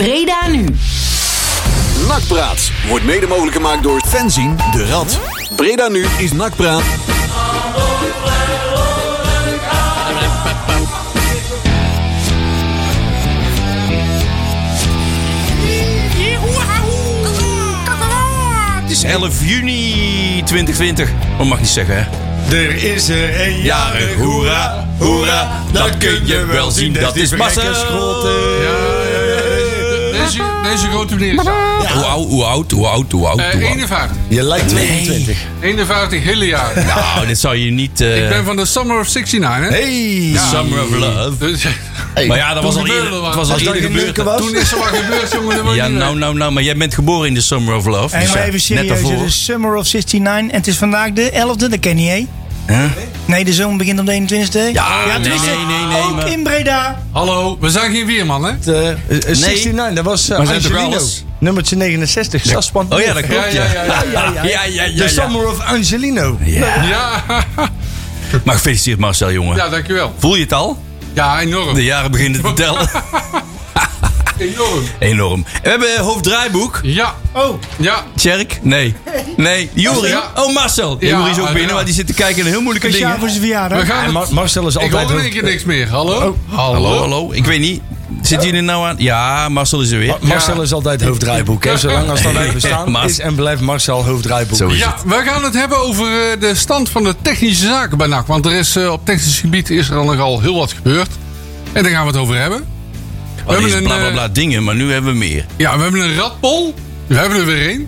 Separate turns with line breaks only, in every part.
Breda nu.
Nakpraat wordt mede mogelijk gemaakt door Fenzien de Rad. Breda nu is Nakpraat.
Het is 11 juni 2020. Dat mag niet zeggen, hè?
Er is er een jarig, hoera, hoera. Dat kun je wel zien, dat is massa.
Marcel.
Deze, deze grote meneer is daar.
Hoe oud, hoe oud, hoe oud, hoe oud?
Eh,
hoe oud?
51.
Je lijkt
22.
51 hele jaar.
Nou, dit zou je niet... eh,
Ik ben van de Summer of 69, hè?
Hey,
Summer of Love.
Dus,
Maar ja, dat was al
gebeurde
eerder,
wat.
het was al
Als dat
eerder
geen
gebeurd.
leuke was.
toen is er wat gebeurd, jongen. dat
hè?
word je
Ja,
niet
nou,
meer.
nou, nou. Maar jij bent geboren in de Summer of Love.
Hey,
dus
maar
ja,
even
net
serieus,
daarvoor.
het is Summer of 69 en het is vandaag de 11e, dat ken je, hè?
Huh?
Nee, de zomer begint op de 21e.
Ja, nee,
tenminste,
nee, nee, nee,
Ook
maar-
in Breda.
Hallo, we zijn geen weerman, hè?
eh, eh, 69, dat was eh,
Maar zijn toch
Angelino.
alles?
Nummertje 69, Saspan.
Oh ja, dat klopt, ja.
Ja, ja, ja,
ja, ja, ja,
De
ja.
Summer of
Oh,
Angelino.
Ja,
Maar gefeliciteerd Marcel, jongen.
ja dankjewel.
Voel je het al?
Ja, enorm.
De jaren beginnen te tellen.
Enorm.
Enorm. We hebben eh, hoofddraaiboek.
Ja,
Oh,
ja.
Tjerk? Nee. Nee. Juri?
Ja.
Oh, Marcel. Ja,
Ja, eh,
Juri is ook binnen,
ja.
maar die zit te kijken naar heel moeilijke
speciaal
dingen.
voor zijn
We
verjaardag.
gaan
En
het-
Mar- Marcel is
Ik
altijd...
hoor in één keer niks meer. Hallo?
Oh. Hallo, hallo. Ik weet niet. Zitten jullie er nou aan? Ja, Marcel is er weer.
Ma- Marcel is altijd hoofddraaiboek. Hè? Zolang als dat wij bestaan
Mas-
is en blijft Marcel hoofddraaiboek.
Zo is
Ja, we gaan het hebben over eh, de stand van de technische zaken bij NAC. Want er is, eh, op technisch gebied is er al nogal heel wat gebeurd. En daar gaan we het over hebben.
We hebben
een,
bla bla
eh,
bla dingen, maar nu hebben we meer.
Ja, we hebben een radpol. We hebben er weer één.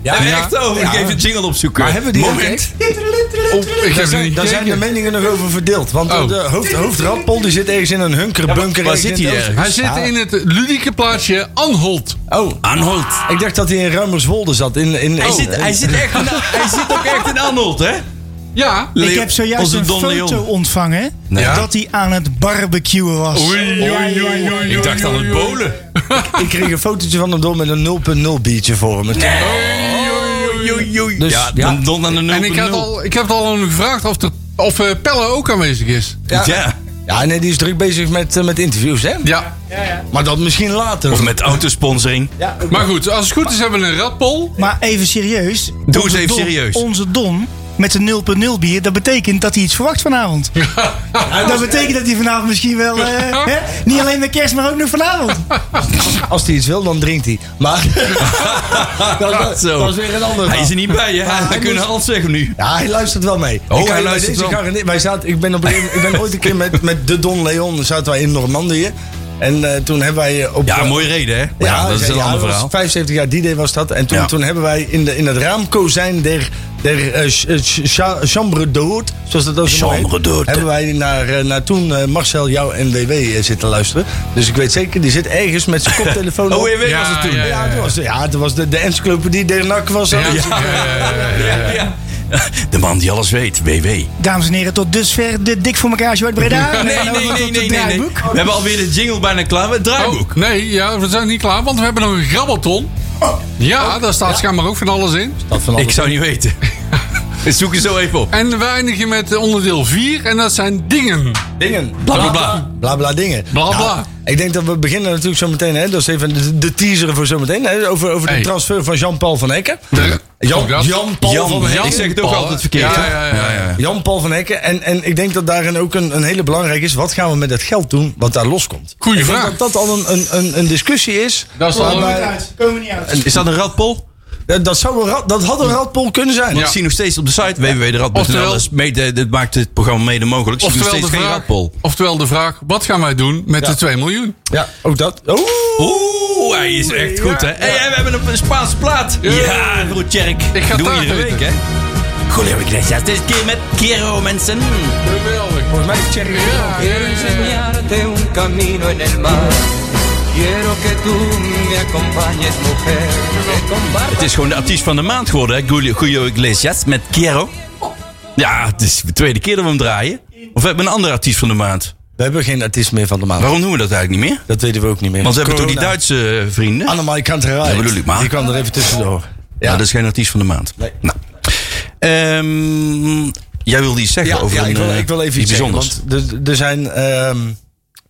oh. Ik even een jingle opzoeken.
Maar hebben we die
Moment.
Oh, ik
Daar
heb er
zijn,
niet
daar zijn de
gekeken.
meningen nog over verdeeld. Want
Oh.
de hoofd, hoofdrappel die zit ergens in een hunkerbunker.
waar
ergens
zit
in
hij
het
ergens?
Hij zit in het ludieke plaatsje Anholt.
Oh,
Anholt.
ik dacht dat hij in Ruimerswolde zat. In, in,
Hij zit, hij, zit echt in, hij zit ook echt in Anholt, hè?
Ja.
ik heb zojuist
onze
een
Don
foto
Leon.
ontvangen
Ja.
dat hij aan het barbecuen was.
Ik dacht aan het bolen.
Ik kreeg een fotootje van hem door met een 0.0 biertje voor hem. Dus,
ja,
ja.
dan don aan de 0.0.
En ik had, al, ik heb het al aan u gevraagd of, er, of eh, Pelle ook aanwezig is.
Ja.
Ja, nee, die is druk bezig met, eh, met interviews, hè?
Ja.
Maar dat misschien later.
Of met autosponsoring.
Maar goed, als het goed is hebben we een radpol.
Maar even serieus.
eens
onze
even
Don-
serieus.
Onze Don met de 0.0 bier, dat betekent dat hij iets verwacht vanavond. dat betekent dat hij vanavond misschien wel... eh, hè? Niet alleen met kerst, maar ook nog vanavond.
Als hij iets wil, dan drinkt hij. Maar dat, dat-
Zo.
dat is weer een ander
Hij is
verhaal.
er niet bij, hè?
Maar hij
Hij kunnen
moest-
alles zeggen nu.
Ja, hij luistert wel mee.
hij
Ik kan je bij
luistert
deze
wel.
garanderen- wij zaten, ik, ben op een, gegeven- ik ben ooit een keer met, met de Don Leon zaten wij in Normandië. En eh, toen hebben wij eh, op...
Ja,
eh,
mooie reden, hè? Maar Ja, dat is
ja,
een
ja,
ander
dat was
verhaal.
75 jaar D-Day was dat. En toen,
Ja.
toen hebben wij in, de, in het raamkozijn der, der eh, ch- eh, ch- cha- chambre d'hôte, zoals dat ook zo mooi heet,
Chambre d'hôte.
hebben wij naar, eh, naar toen eh, Marcel, jou en WW eh, zitten luisteren. Dus ik weet zeker, die zit ergens met zijn koptelefoon op.
Oh, je weet
Ja,
was het toen.
ja,
Ja, dat was, de- ja, dat was de, de encyclopedie der NAC was dat.
Ja,
Ja, ja. De man die alles weet, WW. Nee,
Dames en heren, tot dusver de Dik voor elkaar show uit Breda. En dan over tot het draaiboek.
We hebben alweer de jingle bijna klaar. Het draaiboek.
Oh, nee, ja, we zijn niet klaar, want we hebben nog een grabbelton. Oh. Ja, daar staat schijnbaar ook van alles in.
Dat van
Ik
alles.
zou niet weten. Ik Zoek het zo even op.
En we eindigen met onderdeel 4 en dat zijn dingen.
dingen.
Bla, bla, bla.
Bla bla dingen. Nou,
Bla, bla.
ik denk dat we beginnen natuurlijk zometeen. hè, Dat is even de, de teaser voor zometeen. hè, Over, over
Hey.
de transfer van Jean-Paul van Hekken.
De-
Jan,
Ook dat.
Jan-Paul van Hekken.
ik zeg het ook
Paul,
altijd
hè?
verkeerd.
Ja,
hè?
ja, ja, ja.
Jan-Paul van Hekken. En, en ik denk dat daarin ook een, een hele belangrijke is. Wat gaan we met dat geld doen wat daar loskomt?
Goeie
ik
vraag.
Denk dat dat al een, een, een, een discussie is.
Dat is al
waarbij-
Komen we niet uit, Komen we niet uit.
Is dat een radpol?
Eh, dat, zou een, ra- dat had een radpol kunnen zijn.
Ik zie nog steeds op de site www.radpol.nl.
Oftewel-
Dat is mede- Dit maakt het programma mede mogelijk. Ik zie nog
Oftewel
steeds
de,
geen
vraag,
radpol.
oftewel de vraag, wat gaan wij doen met de 2 miljoen?
Ja, ook dat. Oeh.
Oeh, hij is echt goed, hè? Hey, hey, we hebben een Spaanse plaat. Ja, goed, Jerk.
Ik ga
Doe
taart
iedere
eten.
week, hè? Julio Iglesias, deze keer met Kero, mensen.
Geweldig.
Volgens mij heeft Thierry-
Ja,
Quiero
ja.
enseñarte un camino en el mar. Quiero que tú me acompañes, mujer. Que
Het is gewoon de artiest van de maand geworden, hè? Julio- Julio Iglesias met Kero. Ja, het is de tweede keer dat we hem draaien. Of we hebben een andere artiest van de maand.
We hebben geen artiest meer van de maand.
Waarom doen we dat eigenlijk niet meer?
Dat weten we ook niet meer.
Want we hebben toch die
Corona. Ah,
Duitse eh, vrienden?
Annemarie Kanterij.
Ja, bedoel ik maar.
Die kwam er even tussendoor.
Ja, dat is geen artiest van de maand.
Nee.
Nou. Ehm, jij wilde iets zeggen
Ja,
over
ja,
een,
ik, wil,
eh,
ik wil even iets zeggen,
bijzonders.
want er, er zijn ehm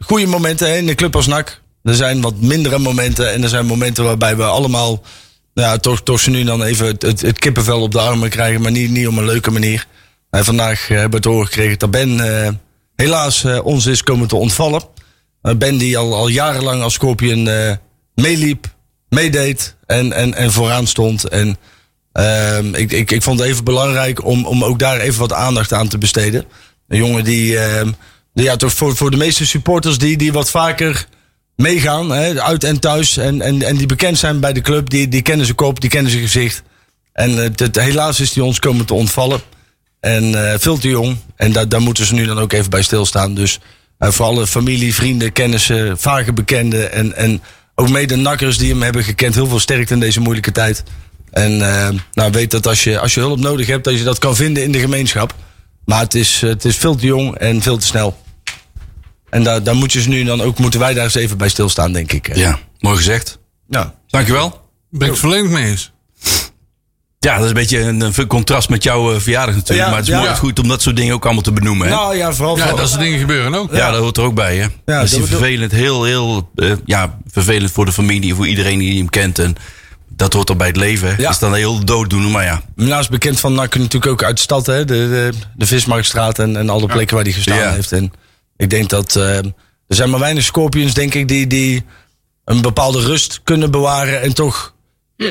goede momenten hè, in de club als NAC. Er zijn wat mindere momenten. En er zijn momenten waarbij we allemaal. nou Ja, toch, toch ze nu dan even het, het, het kippenvel op de armen krijgen. Maar niet, niet op een leuke manier. En vandaag eh, hebben we het horen gekregen dat Ben eh, helaas eh, ons is komen te ontvallen. Eh, ben die al, al jarenlang als Scorpion eh, meeliep, meedeed en, en, en vooraan stond. En Ehm, ik, ik, ik vond het even belangrijk om, om ook daar even wat aandacht aan te besteden. Een jongen die, ehm, die ja, toch voor, voor de meeste supporters die, die wat vaker meegaan, hè, uit en thuis, en, en, en die bekend zijn bij de club, die, die kennen zijn kop, die kennen zijn gezicht. En het, het- helaas is die ons komen te ontvallen. En eh, veel te jong. En daar daar moeten ze nu dan ook even bij stilstaan. Dus eh, voor alle familie, vrienden, kennissen, vage bekenden en, en ook mede nakkers die hem hebben gekend. Heel veel sterkte in deze moeilijke tijd. En eh, nou, weet dat als je, als je hulp nodig hebt, dat je dat kan vinden in de gemeenschap. Maar het is, eh, het is veel te jong en veel te snel. En daar, daar moet je ze nu dan ook, moeten wij daar eens even bij stilstaan, denk ik. Nou,
Ja, mooi gezegd.
ja.
Dankjewel.
Ben ik het volledig mee eens.
Ja, dat is een beetje een, een contrast met jouw eh, verjaardag natuurlijk.
Ja,
maar het is
ja.
mooi goed om dat soort dingen ook allemaal te benoemen. Hè?
Nou ja, vooral
Ja,
voor-
dat soort dingen gebeuren ook.
Ja, dat hoort er ook bij, hè? dat is
dat- dat-
vervelend, heel, heel eh, ja, vervelend voor de familie, voor iedereen die hem kent. En dat hoort er bij het leven. hè.
Ja.
Is dan heel dooddoener, maar ja.
Naast bekend van NAC natuurlijk ook uit de stad, hè? De, de, de Vismarktstraat en, en alle plekken waar hij gestaan
Ja.
heeft. En ik denk dat eh, er zijn maar weinig Scorpions, denk ik, die, die een bepaalde rust kunnen bewaren en toch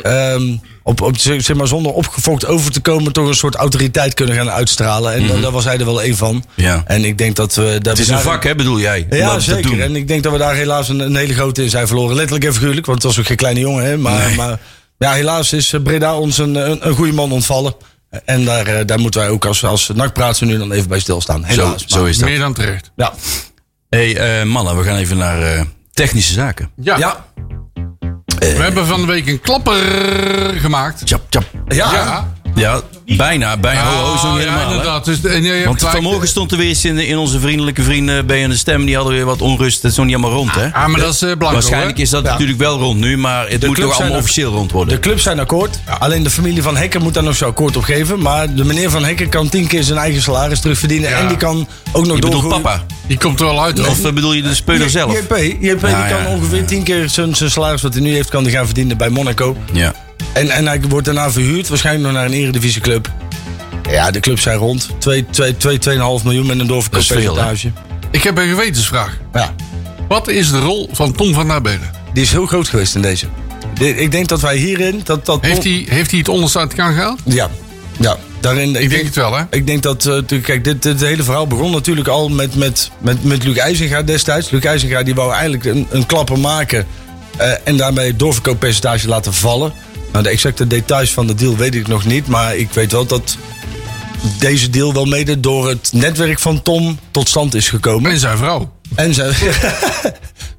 ehm, op, op, zeg zeg maar, zonder opgefokt over te komen, toch een soort autoriteit kunnen gaan uitstralen. En eh, daar was hij er wel één van.
Mhm. Ja.
En ik denk dat we. Dat
Het is een vak, hè, bedoel jij? om dat
Ja,
te
zeker.
doen.
En ik denk dat we daar helaas een, een hele grote in zijn verloren. Letterlijk en figuurlijk, want het was ook geen kleine jongen. Hè? Maar,
Nee.
maar ja, helaas is eh, Breda ons een, een, een goede man ontvallen. En daar, eh, daar moeten wij ook als, als nachtpraatsen nu dan even bij stilstaan.
Zo,
Helaas.
zo is dat.
Meer dan terecht.
Ja.
hey, eh, mannen, we gaan even naar eh, technische zaken.
Ja.
Ja.
We hebben van de week een klapper gemaakt.
Tjap, tjap.
Ja.
Ja.
Ja, bijna. bijna. Ho, ho, zo
Ah,
niet helemaal,
ja,
hè.
inderdaad. Dus, en je hebt
Want
gelijk.
vanmorgen stond er weer eens in, in onze vriendelijke vrienden bij aan de stem. Die hadden weer wat onrust. Dat is nog niet allemaal rond, hè?
Ah, maar dat is eh, belangrijk.
Waarschijnlijk
hoor.
is dat natuurlijk wel rond nu, maar het moet
clubs
toch
zijn
allemaal
ook-
officieel rond worden.
De clubs zijn akkoord. Alleen de familie van Hekker moet daar nog zo akkoord op geven. Maar de meneer van Hekker kan tien keer zijn eigen salaris terugverdienen.
Ja.
En die kan ook nog
Je bedoelt
doorgroeien.
papa?
Die komt er wel uit. hoor.
Of eh, bedoel je de speler zelf?
JP, JP die
Ja,
kan
ja.
ongeveer tien keer zijn, zijn salaris wat hij nu heeft, kan hij gaan verdienen bij Monaco.
Ja.
En, en hij wordt daarna verhuurd, waarschijnlijk nog naar een eredivisieclub. Ja, de clubs zijn rond. 2, 2, 2, 2,5 miljoen met een doorverkooppercentage.
Ik heb een gewetensvraag.
Ja,
Wat is de rol van Tom van Nabelen?
die is heel groot geweest in deze. De- ik denk dat wij hierin... Dat, dat
Heeft hij, heeft hij het onderste uit elkaar gehaald?
Ja, ja. Daarin,
Ik denk het wel, hè?
Ik denk dat, eh, natuurlijk, kijk, dit, dit hele verhaal begon natuurlijk al met, met, met, met Luc IJzinga destijds. Luc IJzinga die wou eigenlijk een, een klapper maken eh, en daarmee het doorverkooppercentage laten vallen. Nou, de exacte details van de deal weet ik nog niet, maar ik weet wel dat deze deal wel mede door het netwerk van Tom tot stand is gekomen.
En zijn vrouw.
En ze,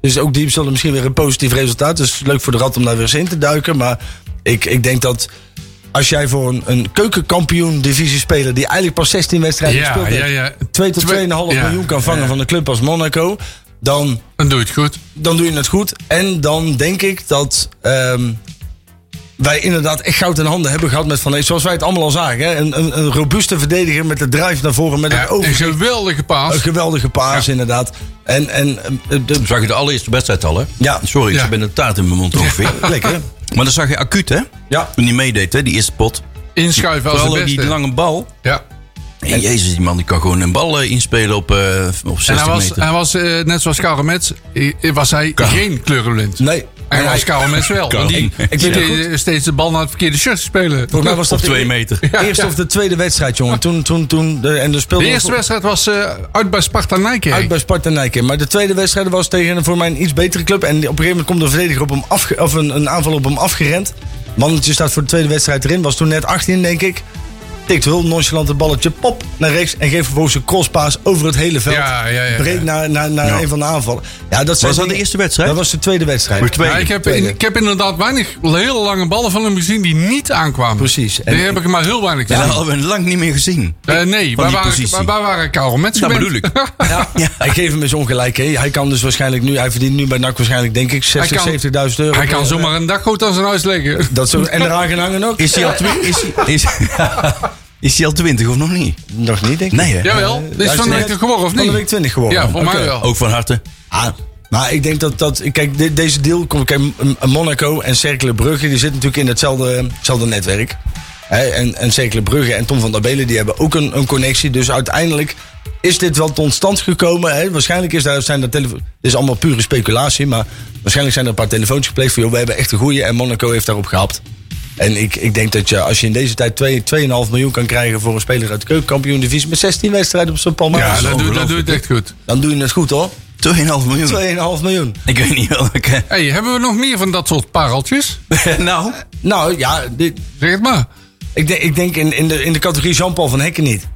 dus ook die zullen misschien weer een positief resultaat. Dus leuk voor de rat om daar weer eens in te duiken. Maar ik, ik denk dat als jij voor een, een keukenkampioen divisie speler... die eigenlijk pas 16 wedstrijden
Ja,
gespeeld heeft...
ja, ja.
2 tot 2,5
Twee- ja,
miljoen kan vangen
ja.
van een club als Monaco... Dan,
Dan doe je het goed.
dan doe je het goed. En dan denk ik dat ehm, wij inderdaad echt goud in handen hebben gehad met Van Leeuwen. Zoals wij het allemaal al zagen. Hè? Een, een, een robuuste verdediger met de drive naar voren. Met
Ja,
een
een
overzicht.
geweldige paas.
Een geweldige paas, inderdaad. En, en eh, de,
Zag je de allereerste wedstrijd al, hè?
Ja.
Sorry,
Ja.
ik ben een taart in mijn mond ongeveer.
Lekker.
maar dat zag je acuut, hè?
Ja.
Toen hij meedeed, hè, die eerste pot.
Inschuiven als de
Vooral
beste.
ook die lange bal.
Ja.
En jezus, die man die kan gewoon een bal eh, inspelen op, eh op 60
En hij was,
meter.
hij was eh, net zoals Karel Metz, eh, was hij geen kleurenblind.
Nee.
En was Karel Metz wel. Want die,
Karel.
die
Ik weet
deed steeds de bal naar het verkeerde shirt spelen.
Volgens mij was
Op
dat
twee
de e-
meter.
Eerste of de tweede wedstrijd, jongen. Toen, toen, toen. De, en de speelde
De eerste wedstrijd was eh, uit bij Sparta Nijkerk.
uit bij Sparta Nijken. Maar de tweede wedstrijd was tegen een voor mij een iets betere club. En op een gegeven moment komt de verdediger op hem afge, of een, een aanval op hem afgerend. Mannetje staat voor de tweede wedstrijd erin. Was toen net 18, denk ik. Tikt heel nonchalant het balletje pop naar rechts. En geeft vervolgens een crosspaas over het hele veld.
Ja, ja, ja, ja.
Breed naar, naar, naar
Ja.
een van de aanvallen. Ja, dat zijn
dat
dingen-
de eerste wedstrijd?
Dat was de tweede wedstrijd.
Maar tweede.
Ja, ik, heb
tweede.
ik heb inderdaad weinig hele lange ballen van hem gezien die niet aankwamen.
Precies. En-
die heb ik maar heel weinig
Ja,
gezien.
dat hadden we lang niet meer gezien.
Eh, nee,
Van
waar
die
waren,
positie.
waar, waar waren Karel Metz
Dat
gewend?
bedoel ik.
Ja, Hij geeft hem eens ongelijk. Hè. Hij kan dus waarschijnlijk nu, hij verdient nu bij NAC waarschijnlijk denk ik 60,
kan-
70.000 euro.
Hij kan
Eh,
zomaar een dakgoot aan zijn huis leggen.
Dat zo, en eraan gehangen ook?
Is hij al, twi- is hij- is, is hij al 20 of nog niet?
Nog niet, denk ik.
Nee, hè?
Jawel, dit is
Hij
van de
net-
week geworden, of
Van de
niet?
week 20 geworden.
Ja, voor mij
Oké.
wel.
Ook van harte.
Ah, Maar ik denk dat dat. Kijk, de- deze deal komt. Kijk, M- M- Monaco en Cercle Brugge. die zitten natuurlijk in hetzelfde, hetzelfde netwerk. Hè, en, en Cercle Brugge en Tom van der Belen. die hebben ook een, een connectie. Dus uiteindelijk is dit wel tot stand gekomen. Hè? Waarschijnlijk is daar, zijn er telefoons. Dit is allemaal pure speculatie. Maar waarschijnlijk zijn er een paar telefoons gepleegd. van joh, we hebben echt een goeie. En Monaco heeft daarop gehapt. En ik, ik denk dat je, als je in deze tijd twee- 2,5 miljoen kan krijgen voor een speler uit de keukenkampioen divisie met 16 wedstrijden op zijn palmares.
Ja, dat doe, dat doe je het echt goed.
Dan doe je het goed hoor.
2,5 miljoen.
2,5 miljoen.
Ik weet niet welke.
hey, hebben we nog meer van dat soort pareltjes?
nou,
Nou ja, dit,
Zeg het maar.
ik denk, ik denk in, in, de, in de categorie Jean-Paul van Hekken niet.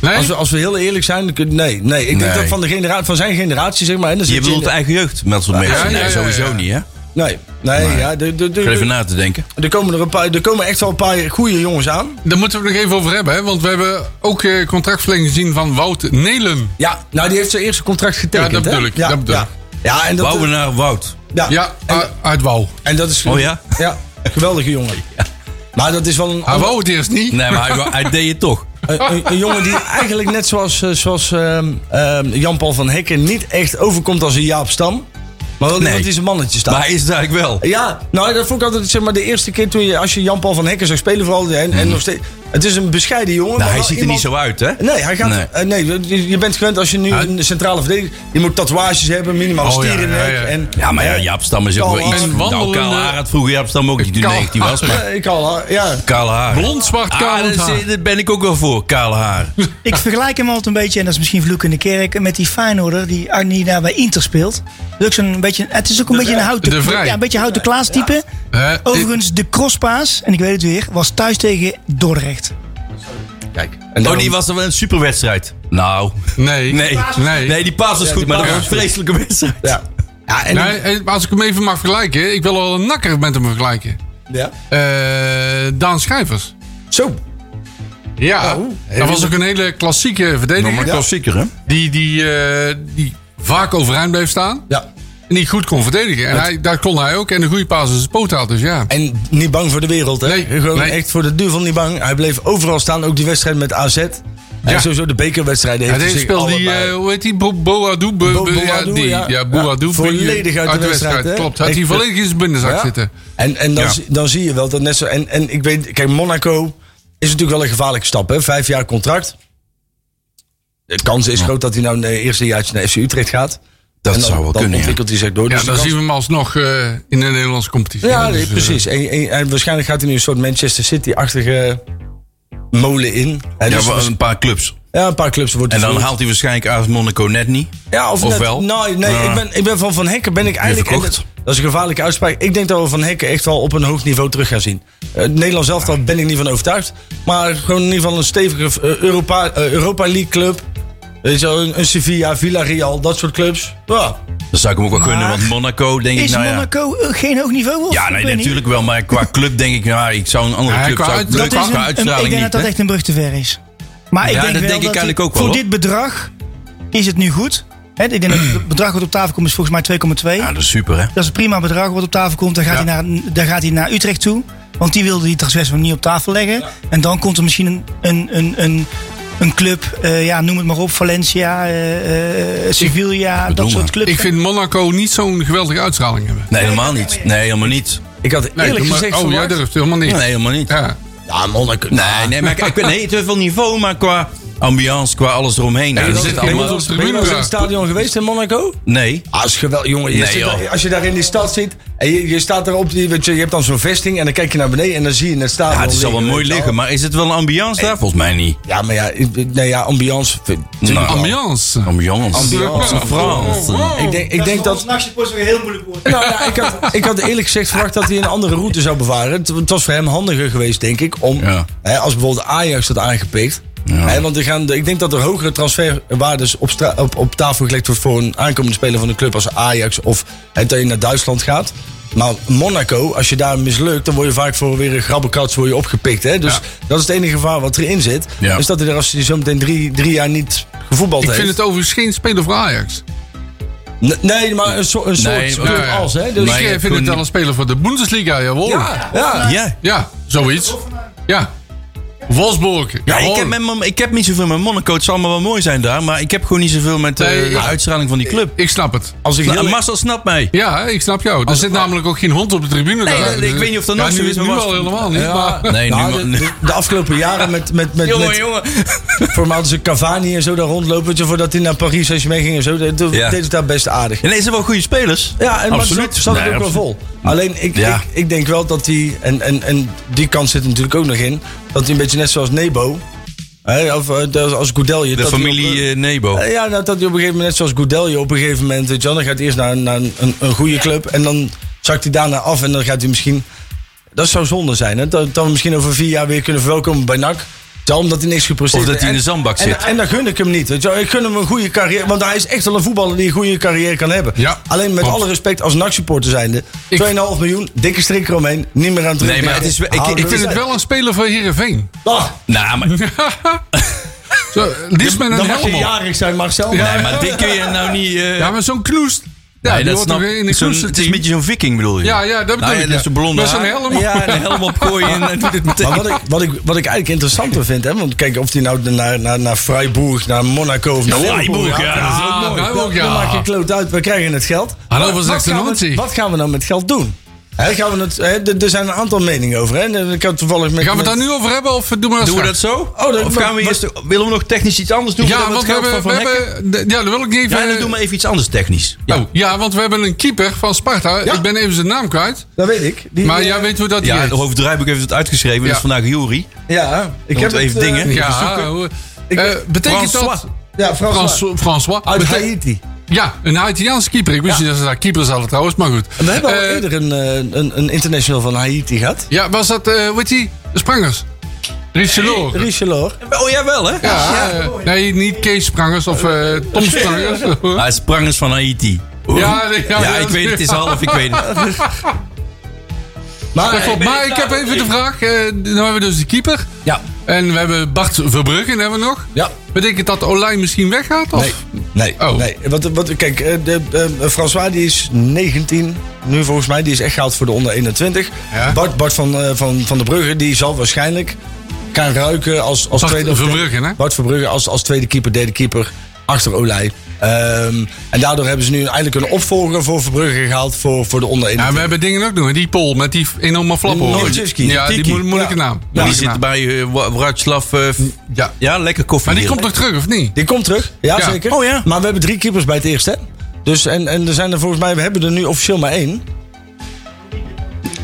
Nee?
Als we, als we heel eerlijk zijn, dan kun- nee. nee. Ik denk
Nee.
dat van, de genera- van zijn generatie, zeg maar. En dan
je
zit in
bedoelt
de-
eigen jeugd, Melson Mason.
Ja, ja,
nee,
ja,
sowieso
ja.
niet, hè?
Nee, nee, ja. de- de- de-
Ik ga even na te denken.
Er komen er een paar, er komen echt wel een paar goede jongens aan.
Daar moeten we het nog even over hebben, hè? want we hebben ook eh, contractverlenging gezien van Wout Nelen.
Ja, nou die heeft zijn eerste contract getekend.
Ja, dat
hè?
bedoel ik,
Ja,
dat bedoel
ja.
ik.
Ja, en dat,
Wouden naar Wout.
ja.
Ja,
en,
u- uit Wouw.
en dat is
Oh ja?
Ja, geweldige jongen. Maar dat is wel een,
Hij wou het eerst niet.
Nee, maar hij, hij deed het toch.
een, een- een jongen die eigenlijk net zoals, eh, zoals ehm, ehm, Jan-Paul van Hekken niet echt overkomt als een Jaap Stam. Maar wel
Nee.
iemand die zijn mannetje staat.
Maar hij is het eigenlijk wel.
Ja, nou dat vond ik altijd zeg maar, de eerste keer toen je, als je Jan-Paul van Hekken zag spelen vooral. En, en nog steeds, het is een bescheiden jongen. maar
Mhm. Nou, hij
wel
ziet er niet
iemand-
zo uit, hè?
Nee, hij gaat,
Nee.
eh, nee. je- je bent gewend als je nu een centrale verdediger... Je moet tatoeages hebben, minimaal
Oh,
stier
ja,
in de
ja,
nek
ja.
En,
Ja, maar ja, Jaap Stam is ook wel
Kaal
iets.
haar.
Een
Nou,
wandelende-
Kaal Haar had vroeger Jaap Stam ook niet toen
Kaal
19 was, maar
Eh, ik al, eh, ja.
Kaal Haar.
Blond, zwart, kaal
ah,
en
dat,
haar.
is- dat ben ik ook wel voor, Kaal Haar.
Ik vergelijk hem altijd een beetje, en dat is misschien vloek in de kerk, met die Feyenoorder die Arnie daar bij Inter speelt. Dat is ook zo'n beetje, het is ook een beetje een houten,
De Vrij.
ja, een beetje houten klaas type.
Eh, ik-
Overigens, de crosspaas, en ik weet het weer, was thuis tegen Dordrecht.
Kijk.
Oh, die was er wel een superwedstrijd. Nou.
Nee.
Nee.
Nee.
Nee, die paas was goed, maar dat was een vreselijke wedstrijd.
Ja. Ja, en
Nee, eh, maar als ik hem even mag vergelijken, ik wil wel een nakker met hem vergelijken.
ja.
Eh, Daan Schrijvers.
Zo.
Ja,
Oh.
dat was ook een hele klassieke verdediger.
klassieker, hè?
Die, die, eh, die vaak overeind bleef staan
Ja.
en die goed kon verdedigen. En hij, daar kon hij ook en een goede paas is zijn poot had, dus ja.
En niet bang voor de wereld, hè?
Nee,
Gewoon
nee.
echt voor de duivel niet bang. Hij bleef overal staan, ook die wedstrijd met AZ.
Ja.
En sowieso de bekerwedstrijden
Hij
heeft
deed
zich
speel die,
allebei-
eh, hoe heet die, Bo- Boadou? Bo-
Bo-
Bo- ja,
Boadou,
die,
ja.
ja, Boadou.
Ja,
die- eh,
volledig uit de wedstrijd, hè?
Klopt, had hij
Ik- eh,
volledig in zijn binnenzak
Ja. Oh, dus
zitten.
En, en dan,
Ja.
zie- dan zie je wel dat net zo. En, en ik weet, kijk, Monaco is natuurlijk wel een gevaarlijke stap. Hè? Vijf jaar contract. De kans is groot dat hij nou in het eerste jaartje naar FC Utrecht gaat.
Dat
En dan,
zou wel
dan
kunnen, ja.
ontwikkelt hij zich door.
Ja,
Dus de
dan
kans-
zien we hem alsnog eh, in de Nederlandse competitie.
ja,
Dus,
nee,
eh,
precies. En, en, en waarschijnlijk gaat hij nu een soort Manchester City-achtige molen in. Hè,
Ja,
dus-
wel een paar clubs.
ja, een paar clubs wordt
En
hij
dan
voor-
haalt hij waarschijnlijk AS Monaco net niet.
Ja, of,
Of
net-
wel?
Nou, nee,
Ja.
ik, ben, ik ben van Van Hekken ben ik eigenlijk... en
verkocht.
dat, dat is een gevaarlijke uitspraak. Ik denk dat we Van Hekken echt wel op een hoog niveau terug gaan zien. Eh, Het Nederlands elftal ben ik niet van overtuigd. Maar gewoon in ieder geval een stevige eh, Europa, eh, Europa League club. Weet je wel, een, een Sevilla, Villarreal, dat soort clubs. Ja,
Dat zou ik hem ook wel gunnen,
Maar-
want Monaco denk ik,
Is
nou ja.
Monaco eh, geen hoog niveau? Of?
Ja,
Ik
nee,
weet niet.
natuurlijk wel. Maar qua club denk ik, nou, ik zou een andere
Ja,
club...
qua
zou ik-
uit- dat
Dat is
qua
een, een- ik denk
niet,
dat dat
hè?
echt een brug te ver is. Maar ik
Ja,
denk
dat
wel
denk ik
dat
eigenlijk
het-
ook wel,
voor
hoor.
dit bedrag is het nu goed. Hè, ik denk dat het bedrag wat op tafel komt is volgens mij 2,2.
Ja, dat is super, hè?
Dat is een prima bedrag wat op tafel komt. Dan gaat, hij, naar, dan gaat hij naar Utrecht toe. Want die wilde die transfers nog niet op tafel leggen. En dan komt er misschien een, een, een, een, een club, eh, ja, noem het maar op, Valencia, eh, eh, Sevilla,
bedoel
dat soort
maar.
clubs.
Ik vind Monaco niet zo'n geweldige uitstraling hebben.
Nee, helemaal niet. Nee, helemaal niet.
ik had eerlijk
doe maar-
gezegd
oh, jij
verwacht-
durft helemaal niet.
Nee, helemaal niet.
Nou,
Ja.
Ja, Monaco.
Nee, nee, maar ik, ik weet nee, het heeft wel niveau, maar qua ambiance, qua alles eromheen. nou, Nee,
dat
dat zit
is-
allemaal...
dat is-
Ben je wel eens in het stadion geweest in Monaco?
Nee.
Ah, is geweldig, jongen. Je
Nee,
zit daar-
joh.
als je daar in die stad zit en je, je staat erop, je, weet je, je hebt dan zo'n vesting en dan kijk je naar beneden en dan zie je het stadion.
Ja, Ah, het zal wel
liggen,
mooi
weet je
liggen, maar is het wel een ambiance daar? Volgens mij niet.
Ja, maar ja, ik- ik- nee, ja ambiance. vind-
Nou, Ambiance.
Ambiance.
Ambiance.
Ambiance. France.
Ik denk, ik denk dat.
nachtje wordt weer heel moeilijk worden.
Nou, ja, ik, had, ik had eerlijk gezegd verwacht dat hij een andere route zou bewaren. Het, het was voor hem handiger geweest, denk ik, om.
Ja.
Hè, als bijvoorbeeld Ajax had aangepikt. Hè, want er gaan, ik denk dat er hogere transferwaardes op, stra- op, op tafel gelegd wordt voor een aankomende speler van een club als Ajax. Of hè, dat je naar Duitsland gaat. Maar Monaco, als je daar mislukt, dan word je vaak voor weer een grabbelkats word je opgepikt. Hè? Dus dat is het enige gevaar wat erin zit.
Ja.
Is dat hij er als hij zo meteen drie, drie jaar niet gevoetbald
Ik
heeft.
vind het overigens geen speler voor Ajax.
N- Nee, maar een, zo- een soort
Nee,
club
ja, ja.
als, hè? Dus,
ik
Nee,
eh, vind
toen-
het wel een speler voor de Bundesliga, jawohl.
ja, ja.
Ja,
Ja, zoiets. Ja. Wolfsburg.
Ja, ik
Jawohl.
heb, met mijn, ik heb niet zoveel met Monaco. Het zal me wel mooi zijn daar. Maar ik heb gewoon niet zoveel met eh,
Nee,
de
ja.
uitstraling van die club.
Ik snap het.
Als ik
Nou,
heel-
Marcel snapt mij.
Ja, ik snap jou. Er zit namelijk ook geen hond op de tribune.
Nee,
daar.
nee, nee, ik weet niet of dat
Ja,
nog zo
nu-
is, maar
Nu
was-
al helemaal niet.
Ja,
Maar,
Nee,
nou,
nu-
de, de- de afgelopen jaren met, met, met,
Jongen,
met
jongen.
voormalig de Cavani en zo daar rondlopen. weet je, Voordat hij naar Parijs als je mee ging en zo. Dat, dat
Ja.
deed het daar best aardig.
En nee, ze zijn wel goede spelers.
Ja, en
Absoluut.
absoluut. zat het
Nee,
ook wel vol.
absoluut.
Alleen ik,
Ja.
ik, ik denk wel dat hij, en, en, en die kans zit er natuurlijk ook nog in, dat hij een beetje net zoals Nebo, hè, of eh, dat- als Goudelje.
De
dat hij op-
familie eh, Nebo.
Eh, Ja, nou, dat hij op een gegeven moment, net zoals Goudelje, op een gegeven moment, weet je wel, dan gaat hij eerst naar, naar een, een goede club en dan zakt hij daarna af en dan gaat hij misschien, dat zou zonde zijn, hè, dat, dat we misschien over vier jaar weer kunnen verwelkomen bij NAC. Terwijl omdat hij niks gepresteerd
Of dat
heeft.
hij in
En-
de zandbak
en,
zit.
en dan gun ik hem niet. Weet je wel. Ik gun hem een goede carrière. Want hij is echt wel een voetballer die een goede carrière kan hebben.
Ja,
Alleen met
klopt.
alle respect als NAC-supporter zijnde. 2,5 miljoen, dikke strik eromheen. Niet meer aan het
Nee, maar het is, wel- ik, ik,
ik vind het wel een speler van Heerenveen.
Ah,
Nou, maar, nee,
Zo, die is met een
Dan mag je
helm op.
jarig zijn, Marcel.
Ja.
maar dit kun je nou niet... eh,
Ja, maar zo'n knoest. Ja,
nee,
die
dat
hoort
snap
toch in de
zo'n-
knoest.
Het is een beetje zo'n viking, bedoel je?
Ja, ja, dat bedoel
nou,
ik,
Dat
ja.
is de blonde
Met zo'n
haar.
helm op.
Ja, en een helm opgooien en, en doet het meteen.
Maar wat ik, wat, ik, wat ik eigenlijk interessanter vind, hè, want kijk of die nou naar, naar, naar Freiburg, naar Monaco of naar
Ja,
Liverpool gaat,
ja, dat is ook mooi.
Ja, nou,
dan,
ook, ja.
dan maak je kloot uit, we krijgen het geld.
Hannover
Maar wat, gaan we,
96.
wat gaan we nou met geld doen? Hè, gaan we het, hè, d- er zijn een aantal meningen over. Hè. en eh, Ik had toevallig met,
Gaan we het daar
met-
nu over hebben of doen we Oh, dat
Doen we dat
straks?
zo?
dat-
of gaan we
wat-
eerst, willen we nog technisch iets anders doen?
Ja,
voordat
want we
het geld
hebben... We
van Van Hekken-
hebben d- ja, dan wil ik even...
Ja, dan doen we even iets anders technisch. Ja.
Oh, ja, want we hebben een keeper van Sparta. Ik ben even zijn naam kwijt.
Dat weet ik. Die-
Maar jij weet hoe dat
Ja,
ja,
het
heet.
hoofddruiboek heeft het uitgeschreven. Dat
Ja.
is vandaag Jury.
Ja, ik
moet
heb
even
het, eh,
dingen.
Ja, hoe- eh, betekent
François.
dat...
Ja, François.
Frans- François.
Uit
Bete-
Haiti.
Ja, een Haitiaanse keeper. Ik wist
Ja.
niet dat ze daar keepers hadden trouwens, maar goed.
We hebben al
Eh,
eerder een, eh, een, een international van Haiti gehad.
Ja, was dat, eh hoe heet die? Sprangers. Riet Seloor.
Richelor.
Oh, jawel, hè?
Ja, eh, nee, niet Kees Sprangers of eh, Tom Sprangers.
Hij Ah, is prangers van Haiti.
Ja, nee,
ja,
ja, ja.
ik weet het, het is half, ik weet het.
eh,
Maar, maar ik heb even de vraag. eh, nou hebben we dus de keeper.
Ja.
En we hebben Bart Verbruggen hebben we nog.
Ja.
Betekent dat Olijn misschien weggaat? Of?
Nee. Nee.
Oh.
nee. Wat, wat, kijk, eh, de, eh, François die is 19 nu volgens mij. Die is echt gehaald voor de onder 21.
Ja.
Bart, Bart van, eh, van, van de Brugge die zal waarschijnlijk gaan ruiken als, als
Bart
tweede... of-
Verbruggen, hè?
Bart Verbrugge als, als tweede keeper, derde keeper achter Olij. Ehm, en daardoor hebben ze nu eindelijk een opvolger voor Verbrugge gehaald voor, voor de onder 21.
Ja, we hebben dingen ook nog. Die Pol met die enorme flappen.
Noordjewski.
Ja, die
Tiki.
mo- moeilijke
Ja.
naam.
Die
Moeilijke
zit
naam.
bij uh, Wroclaw. eh, f-
Ja.
ja, lekker koffie.
Hm. Maar die
hier.
komt toch terug, of niet?
Die komt terug, ja,
Ja.
zeker.
Oh, ja.
Maar we hebben drie keepers bij het eerste. hè? Dus, en, en er zijn er volgens mij, we hebben er nu officieel maar één.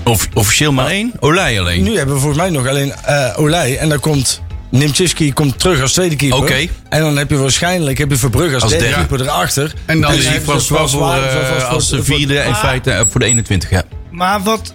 Of, officieel maar één. Olij alleen.
Nu hebben we volgens mij nog alleen eh Olij. En dan komt Nimczewski komt terug als tweede keeper.
Oké.
En dan heb je waarschijnlijk heb je Verbrugge als,
Als
derde,
derde.
keeper erachter.
En dan
dus
die
die
hebben ze
François voor,
François,
eh,
François voor-
als de
voor-
vierde in
Ah.
Maar-
feite eh, voor de 21. Ja.
Maar wat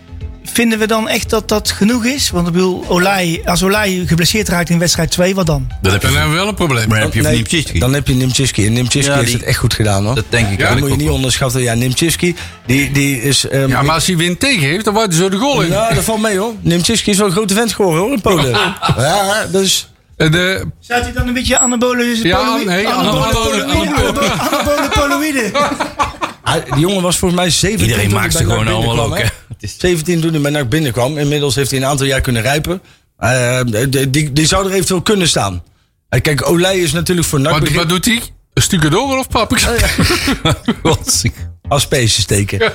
vinden we dan echt dat dat genoeg is? Want ik bedoel, Olij, als Olij geblesseerd raakt in wedstrijd 2, wat dan?
Dat heb
Dan hebben
je,
we wel een probleem.
maar heb je
Nee,
van Niepcicki.
Dan heb je Nimczewski. En Nimczewski
Ja, die-
heeft het echt goed gedaan hoor.
Dat denk ik
Ja,
dat
eigenlijk
moet je
ook
niet
wel.
onderschatten. Ja, Nimczewski, die, die is... ehm,
Ja, maar als hij wind tegen heeft, dan wordt hij zo de goal in.
Ja, dat valt mee hoor. Nimczewski is wel een grote vent geworden hoor in Polen. ja, dus...
Eh, De,
Staat hij dan een beetje anabole...
Ja,
poloi-
nee, anabole-
anabole- Anabole poloïde.
Hij- die jongen was volgens mij 17
Iedereen
toen hij
maakt
bij
ze
NAC
gewoon allemaal ook.
binnenkwam,
hè.
hè. 17 toen hij bij NAC binnenkwam. Inmiddels heeft hij een aantal jaar kunnen rijpen. Eh, die, die, die zou er eventueel kunnen staan. Eh, kijk, Olij is natuurlijk voor NAC
wat,
begin-
wat doet hij? Een stukje door of pap?
Godzig.
als spaces steken.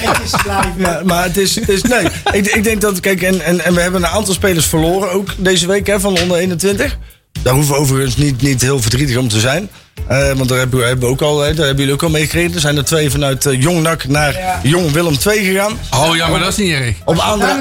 maar, maar het is... Het is nee, ik, ik denk dat... Kijk, en, en, en we hebben een aantal spelers verloren ook deze week hè, van de onder 21. Daar hoeven we overigens niet, niet heel verdrietig om te zijn. Eh, want daar hebben, we- hebben, we ook al, hè, daar hebben jullie ook al meegekregen. Er zijn er twee vanuit eh, Jong NAC naar Jong Willem II gegaan.
Oh ja, maar dat is niet erg.
Op andere...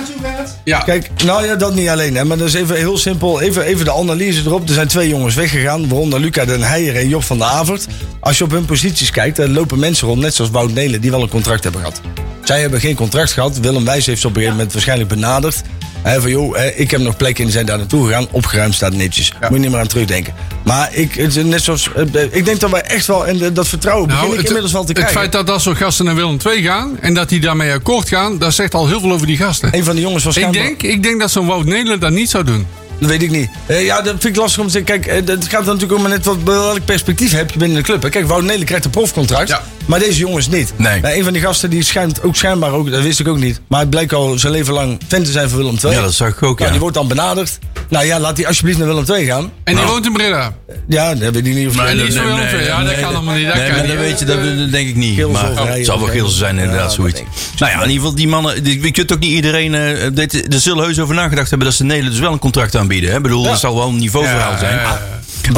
Ja.
Kijk, nou ja, dat niet alleen. Hè, maar dat is even heel simpel. Even, even de analyse erop. Er zijn twee jongens weggegaan. Waaronder Luca den Heijer en Job van der Avert. Als je op hun posities kijkt, dan lopen mensen rond. Net zoals Wout Nelen, die wel een contract hebben gehad. Zij hebben geen contract gehad. Willem Wijs heeft ze op een gegeven moment waarschijnlijk benaderd. Hè, van joh, hè, ik heb nog plekken en die zijn daar naartoe gegaan. Opgeruimd staat netjes. Moet je niet meer aan terugdenken. Maar ik, het is net zoals, eh, ik denk dat wij echt wel, en eh, dat vertrouwen begin ik inmiddels wel te
Nou, het
krijgen.
feit dat dat soort gasten naar Willem II gaan en dat die daarmee akkoord gaan, dat zegt al heel veel over die gasten.
Een van de jongens was
Ik
schijnbaar-
denk, ik denk dat zo'n Wout Nederland dat niet zou doen.
Dat weet ik niet. Eh, ja, dat vind ik lastig om te zeggen. Kijk, eh, het gaat er natuurlijk om net wat, welk perspectief heb je binnen de club. Hè. Kijk, Wout Nelen krijgt een profcontract.
Ja.
Maar deze jongens niet.
Nee.
Nou, een van die gasten die schijnt ook schijnbaar ook, dat wist ik ook niet. Maar het bleek al zijn leven lang fan te zijn van Willem II.
Ja, dat zag ik ook,
Nou,
ja.
Die wordt dan benaderd. Nou ja, laat die alsjeblieft naar Willem II gaan.
En die woont in Breda.
Ja, dat weet ik niet of
En die
nee,
is
nee,
wel
nee,
ver. Ja,
nee,
dat
nee,
kan allemaal niet. Dat
Nee,
kan
maar
niet.
dat weet je, dat, dat denk ik niet.
Geelzel
maar
of
het
rijden
zal wel
of
Geelzel zijn, inderdaad,
Ja,
zoiets.
dat
Nou ja, in ieder geval, die mannen, die- je kunt ook niet iedereen, eh, dit, er zullen heus over nagedacht hebben dat ze Nederland dus wel een contract aanbieden. Hè? Ik bedoel,
Ja.
dat zal wel een niveauverhaal zijn.
Ja, ja,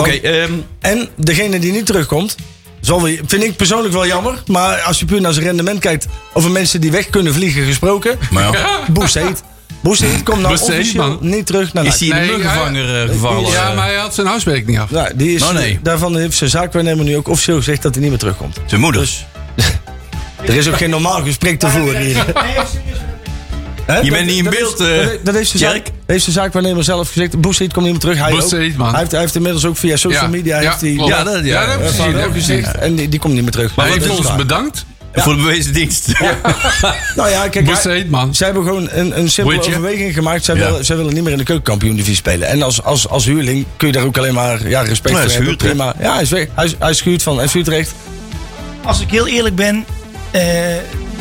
Oké,
Dan-
ehm,
En degene die niet terugkomt, zal weer, vind ik persoonlijk wel jammer. Maar als je puur naar zijn rendement kijkt, over mensen die weg kunnen vliegen gesproken.
maar ja,
Boes heet. Boes heet komt nou
Boes heet,
officieel
man.
niet terug naar
is die in de
Nee,
muggenvanger eh, gevallen?
Ja, maar hij had zijn huiswerk niet af.
Nou, die is,
Oh, nee.
Daarvan heeft zijn zaakwaarnemer nu ook officieel gezegd dat hij niet meer terugkomt.
Zijn moeder.
Dus er is ook geen normaal gesprek te voeren hier. Hè?
Je
Dat-
bent niet in
dat
beeld,
is-
eh,
dat- dat heeft zijn,
Tjerk.
zaak, heeft zijn zaakwaarnemer zelf gezegd. Boesheet komt niet meer terug. Hij,
Boes
ook.
heet, man.
hij, heeft, hij heeft inmiddels ook via social media...
ja,
heeft hij,
klopt.
Ja, dat- ja,
dat heb ik
heeft
gezien.
hij
dat
ook
heb ik gezien.
gezegd. En die, die komt niet meer terug.
Maar hij
Dat
heeft
is
ons
waar.
bedankt.
Voor de bewezen dienst.
Nou ja, kijk,
Boes
hij-
heet, man.
zij hebben gewoon een, een simpele
Weet je?
overweging gemaakt. Zij,
Ja.
willen, zij willen niet meer in de keukenkampioen-divisie spelen. En als, als, als huurling kun je daar ook alleen maar ja, respect
Maar hij
voor
is
hebben.
gehuurd, hè?
Prima. Ja, hij is, weg. Hij, is, hij is gehuurd van FC Utrecht.
Als ik heel eerlijk ben, eh,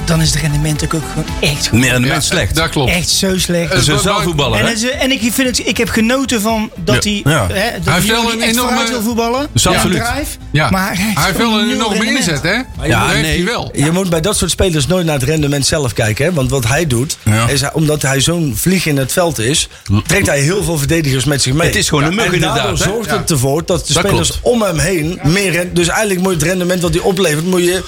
dan is het rendement ook, ook gewoon echt,
Nee, dat
Ja,
is slecht.
Dat klopt.
echt zo slecht.
Ze
dat-
zou
dat-
voetballen,
En,
hè?
het is- en ik, vind het, ik heb genoten van dat
Ja.
hij,
Ja.
hè, dat
Hij heeft
hij
wel
niet
een
echt
enorme-
vooruit wil voetballen.
Dus
Ja,
absoluut.
Drive,
Ja.
maar hij heeft,
heeft
gewoon
wel een
nul
enorme
rendement.
inzet, hè?
Ja,
dat
nee.
heeft hij wel.
Je moet bij dat soort spelers nooit naar het rendement zelf kijken. Hè? Want wat hij doet,
Ja.
is hij- omdat hij zo'n vlieg in het veld is... trekt hij heel veel verdedigers met zich mee.
Het is gewoon een mug
en
inderdaad,
daardoor
hè?
zorgt
Ja.
het ervoor dat de
Dat
spelers om hem heen meer... ren- Dus eigenlijk moet je het rendement wat hij oplevert... moet je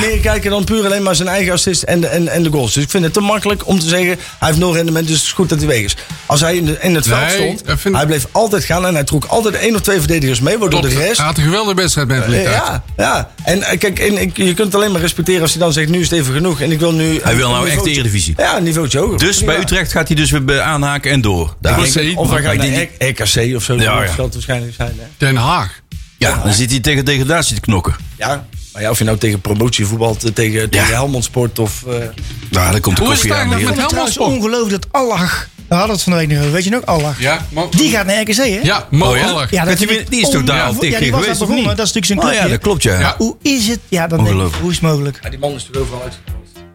meer kijken dan puur alleen maar zijn eigen assist en de, en, en de goals. Dus ik vind het te makkelijk om te zeggen... hij heeft nul rendement, dus het is goed dat hij weg is. Als hij in, de- in het
Nee,
veld stond,
dat vind ik-
hij bleef altijd gaan... en hij trok altijd één of twee verdedigers mee, waardoor
Klopt.
de
Hij
rest...
had een geweldige wedstrijd met
Ja,
Blikken.
Ja, ja. En eh, kijk, en, ik, je kunt het alleen maar respecteren als hij dan zegt: nu is het even genoeg en ik wil nu.
Hij wil
een
nou echt de
niveautje-
Eredivisie.
Ja, een niveautje hoger.
Dus bij
Ja.
Utrecht gaat hij dus weer be- aanhaken en door. Daar.
Ik wil-
Of hij gaat
Ik
naar E-
denk
R- RKC of zo.
Ja,
Ja,
ja.
Dat zal het waarschijnlijk zijn. Hè.
Den Haag.
Ja, dan zit hij tegen degradatie te knokken.
Ja. Maar ja, of je nou tegen promotie voetbalt, eh, tegen, tegen Helmond Sport of. eh,
Nou, dan komt de
Hoe is het
koffie aan.
eigenlijk
hier.
met
Het is trouwens
Helmond
ongelooflijk dat Allah, we hadden het van de week nog over, weet je nog, Allah.
Ja, maar-
Die gaat naar RKC, hè?
Ja, Mo
Oh ja?
Aller.
Ja,
Want
dat
die
vind
win-
ik
die is toch daar
on-
al
ja,
tegen
die was
geweest,
al
of
begonnen,
niet?
dat is natuurlijk
Oh
zijn
ja,
clubje.
dat klopt ja.
Ja.
Ja,
Hoe is het? Ja, dan denk ik,
Ongelooflijk.
hoe is het mogelijk?
ja, die man is toch overal uit.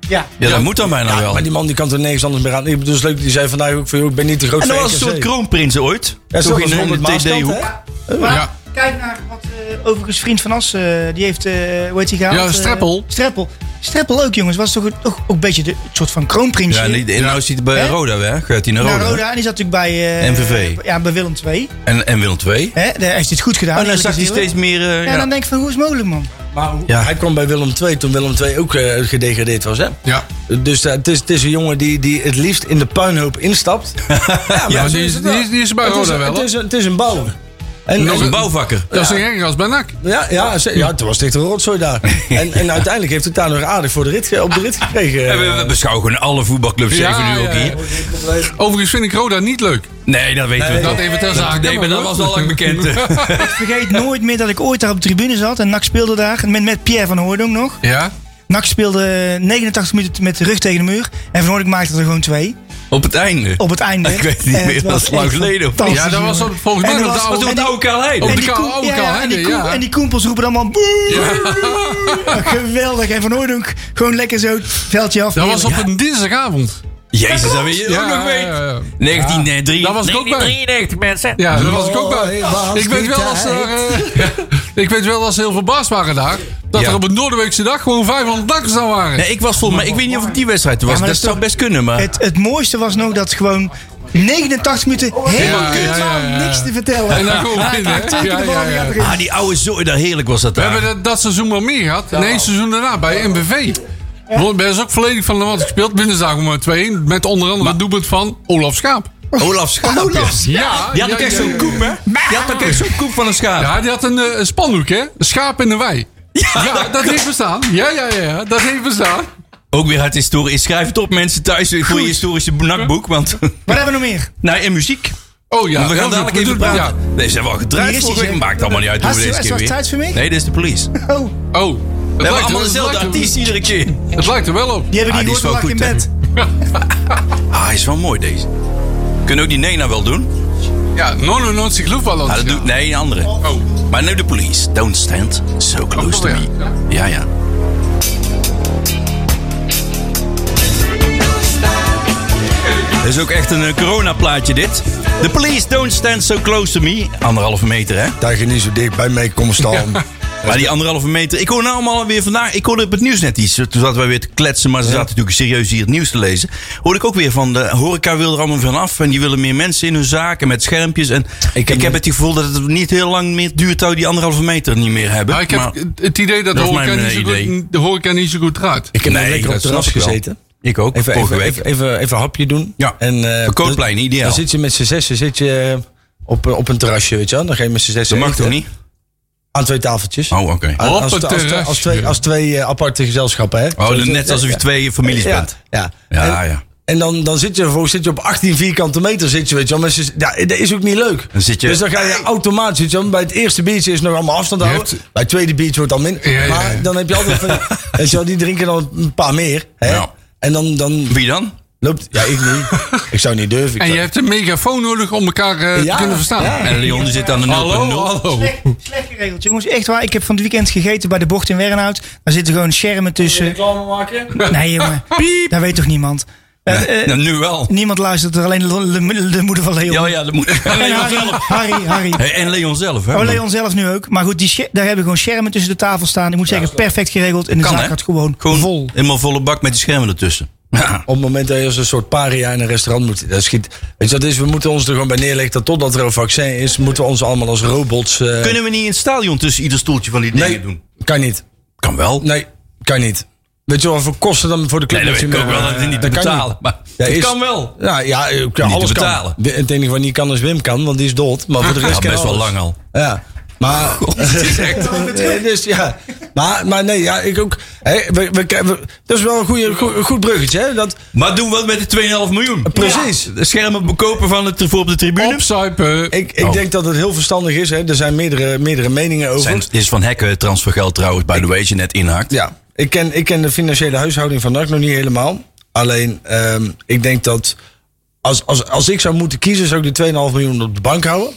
Ja.
dat moet dan bijna Nou wel.
Maar die man die kan toch nergens anders meer aan. Ik bedoel, het is leuk, die zei vandaag ook: van, joh, ik ben niet te groot
En dat
voor
was een
RKC.
soort kroonprins ooit.
Ja,
toch
zo
in
was
een
Robert Maaskant,
TD-hoek.
hè?
Maar
Ja.
kijk naar wat eh, overigens vriend van As, eh, die heeft, eh hoe heet die gehaald?
Ja,
Eh,
Streppel.
Streppel. Streppel ook, jongens. Was toch een- toch ook een beetje de het soort van kroonprins.
Ja, en, die- en nou zit hij bij
Hè?
Roda weg. Gaat hij naar
Naar
Roda.
Roda, en die zat natuurlijk bij... eh,
NVV.
Ja, bij Willem II.
En, en Willem 2.
Hè? Daar heeft hij het goed gedaan.
En dan
eerlijk
zag Oh, nou hij
is eerlijk.
steeds meer... eh,
Ja,
ja.
dan denk ik van, hoe is het mogelijk, man?
Maar hoe-
Ja.
hij kwam bij Willem II toen Willem II ook eh, gedegradeerd was, hè?
Ja.
Dus eh, het, is, het is een jongen die, die het liefst in de puinhoop instapt. ja,
Ja, die
zo
is-
het wel.
die is- die is bij
Het
Roda wel,
Het
hoor.
is, een- het is een bouwer. En,
Dat is een
en-
bouwvakker.
Dat is een erger als bij NAC.
ja, ja, ze- ja, het was echt een rotzooi daar. en, en uiteindelijk heeft het daar nog aardig voor de rit, ge- op de rit gekregen.
En Eh, we, we beschouwen gewoon alle voetbalclubs
Ja,
even nu ook
ja, ja.
hier.
Overigens vind ik Roda niet leuk.
Nee, dat weten we.
Dat even ter zake.
nee, maar dat was al lang bekend.
Ik vergeet nooit meer dat ik ooit daar op de tribune zat. En NAC speelde daar, met, met Pierre van Hoordonk nog.
Ja?
NAC speelde 89 minuten met de rug tegen de muur. En Van Hoordonk maakte er gewoon twee.
Op het einde.
Op het einde.
Ik weet het niet
En
meer,
het
dat
was
is lang
echt
geleden.
fantastisch,
Ja, dat was
jongen.
op- volgens mij
En
op
dat
de
was-
oude-
Wat
en die- Oh.
oude Karl Heijn.
Op
En
de
die,
kou-
koem-
oude
ja,
kou,
ja, en, die
hè?
koem-
Ja.
en die koempels roepen dan man. boe. Geweldig. En Van Hooydonk gewoon lekker zo het veldje af.
Dat was op
Heerlijk.
een dinsdagavond.
Jezus, dat weet je
Ja,
ook nog weet.
ja, ja.
1993.
Daar was ik ook bij.
93 mensen.
Ja, daar was ik ook bij.
Oh, was
Ik weet
die
wel als er, eh, ik weet wel als ze heel verbaasd waren daar. Dat
Ja.
er op een Noorderweekse dag gewoon 500 dakkers aan waren.
Nee, ik was volgens mij... Ik weet niet of ik die wedstrijd was.
maar
dat
dat is
zou
toch-
best kunnen, maar...
het, het mooiste was nog dat gewoon 89 minuten helemaal
ja,
kut
ja, ja,
waren,
ja.
niks te vertellen.
En dan gewoon winnen, hè?
Twee keer de
Ja,
bal
ja,
die
ja.
gaat erin.
Ah, die oude zooi, daar heerlijk was dat
We
daar.
hebben dat, dat seizoen wel meer gehad. Nee, het seizoen daarna bij MVV. Ja. Ben is ook volledig van de wat gespeeld. Winnen ze daar maar 2 Met onder andere het doelpunt van Olaf Schaap.
Olaf Schaap. ja.
Ja,
Die had ook echt zo'n koep, hè? Die had ook echt zo'n koep van een schaap.
Ja, die had een, eh, een spandoek, hè? Een schaap in de wei. Ja, dat heeft bestaan. Ja, ja, ja, ja, dat heeft bestaan.
Ook weer uit historie. Schrijf het op, mensen thuis, voor je historische nakboek. Want,
Wat hebben we nog meer?
nou, en muziek.
Oh ja,
we gaan
heel
dadelijk
goed.
even
We doen-
praten. Deze hebben we al
Hier
gedraaid
is
vorige
hij,
week.
zeg.
Maakt allemaal niet uit. Doen we
Hartstikke-
deze keer
is
weer.
dat tijd voor mij?
Nee, dit is de police. We
Oh,
Ja. Oh, het lijkt
hebben
er-
allemaal
het
dezelfde
lijkt er-
artiest iedere keer.
Het lijkt er wel op.
die hebben
Ah,
die
die
niet
is
gehoord, we lagen in
wel goed,
bed.
Ah, hij is wel mooi deze. Kunnen ook die Nena wel doen?
Ja, Nono Noot zich
Ah, dat doet, nee, een andere.
Oh.
Maar nu de police. Don't stand so close to
Oh, ja.
me. Ja, ja. Dit is ook echt een eh, coronaplaatje dit. The Police Don't Stand So Close To Me. Anderhalve meter, hè?
Daar je niet zo dicht bij mee komt staan.
Maar die anderhalve meter. Ik hoor nou allemaal weer vandaag. Ik hoorde op het nieuws net iets. Toen zaten wij weer te kletsen, maar ze zaten natuurlijk serieus hier het nieuws te lezen. Hoorde ik ook weer van de horeca wil er allemaal vanaf. En die willen meer mensen in hun zaken met schermpjes. En ik heb, het gevoel dat het niet heel lang meer duurt. dat we die anderhalve meter niet meer hebben.
Nou, ik heb
Maar-
het idee dat de
dat is
horeca,
mijn,
niet
eh,
zo goed,
idee.
de horeca niet zo goed draait.
Ik heb net
Nee,
lekker op het
dat
terras
snap ik wel.
gezeten.
ik ook,
Even,
vorige
even,
week.
even, even, even een hapje doen.
Ja.
En, eh,
Verkoopplein,
dan-
ideaal.
Dan zit je met z'n zessen zit je eh, op, een- op een terrasje, weet je wel. Dan ga je met z'n zessen
dat mag
eten.
toch niet?
Aan twee tafeltjes.
Oh, oké.
Aan-
Op
als,
het
als- als-
terrasje.
als twee, als twee eh, aparte gezelschappen, hè.
Oh,
Zo- zo-
net alsof je
ja.
twee families
ja,
bent.
Ja.
Ja,
en,
ja.
En dan, dan zit je vervolgens zit je op 18 vierkante meter, zit je, weet je wel. Met z'n- ja, dat is ook niet leuk.
Dan zit je-
dus dan ga je automatisch, weet je wel, Bij het eerste biertje is nog allemaal afstand
Je
houden.
hebt-
Bij het tweede biertje wordt al minder.
Ja, ja,
maar
ja.
dan heb je altijd van, weet je wel, die drinken dan een paar meer. Hè?
Ja.
En dan, dan
Wie dan?
Loopt? Ja, ik niet. ik zou niet durven. Ik
En je
zou-
hebt een megafoon nodig om elkaar eh,
Ja,
te kunnen verstaan.
ja.
En Leon die zit aan de 0.0.
Hallo, hallo.
Slecht, slecht geregeld, jongens. Echt waar. Ik heb van het weekend gegeten bij de bocht in Wernhout. Daar zitten gewoon schermen tussen. Nee, jongen. Daar weet toch niemand? Eh, eh,
Nou, nu wel.
niemand luistert er, alleen de, de- de moeder van Leon.
Ja, ja, dat moet. En
En
Leon
Harry,
zelf.
Harry, Harry.
Hey, En Leon zelf, hè?
Oh, Leon zelf nu ook. Maar goed, die sche- daar hebben gewoon schermen tussen de tafel staan. Ik moet zeggen, perfect geregeld. En de
Kan,
zaak
hè?
gaat gewoon,
Gewoon
vol.
Helemaal volle bak met die schermen ertussen. Ja.
Op het moment dat je als een soort paria in een restaurant moet. Dat schiet, weet je wat het is? We moeten ons er gewoon bij neerleggen dat totdat er een vaccin is, moeten we ons allemaal als robots. eh,
Kunnen we niet in het stadion tussen ieder stoeltje van die dingen
nee,
doen?
kan niet.
Kan wel.
Nee, kan niet. Weet je wel, voor kosten dan voor de club?
Nee, dat
je
weet ik ook
meer-
wel dat het niet te
kan
betalen. Maar
Ja,
het
is-
kan wel.
Ja, ja, eh, ja,
te
alles
betalen.
Kan. Het enige wat niet kan is Wim kan, want die is dood. Maar voor de rest
Ah, Ja,
kan
best wel
alles.
lang al.
Ja. Maar, Eh, dus, ja. maar, maar nee, ja, ik ook. Hè, we, we, we- dat is wel een goede, goed, goed bruggetje. Hè? Dat,
Maar doen we het met de 2,5 miljoen?
Precies.
Ja. De schermen bekopen van het, voor op de tribune.
Opzuipen.
Ik, ik
Oh.
denk dat het heel verstandig is. Hè. Er zijn meerdere, meerdere meningen over.
Zijn, dit is van hekken transfergeld trouwens, by the way, als je net inhaakt.
Ja, ik ken, ik ken de financiële huishouding van NAC nog niet helemaal. Alleen, ehm, ik denk dat als, als, als ik zou moeten kiezen, zou ik die 2,5 miljoen op de bank houden.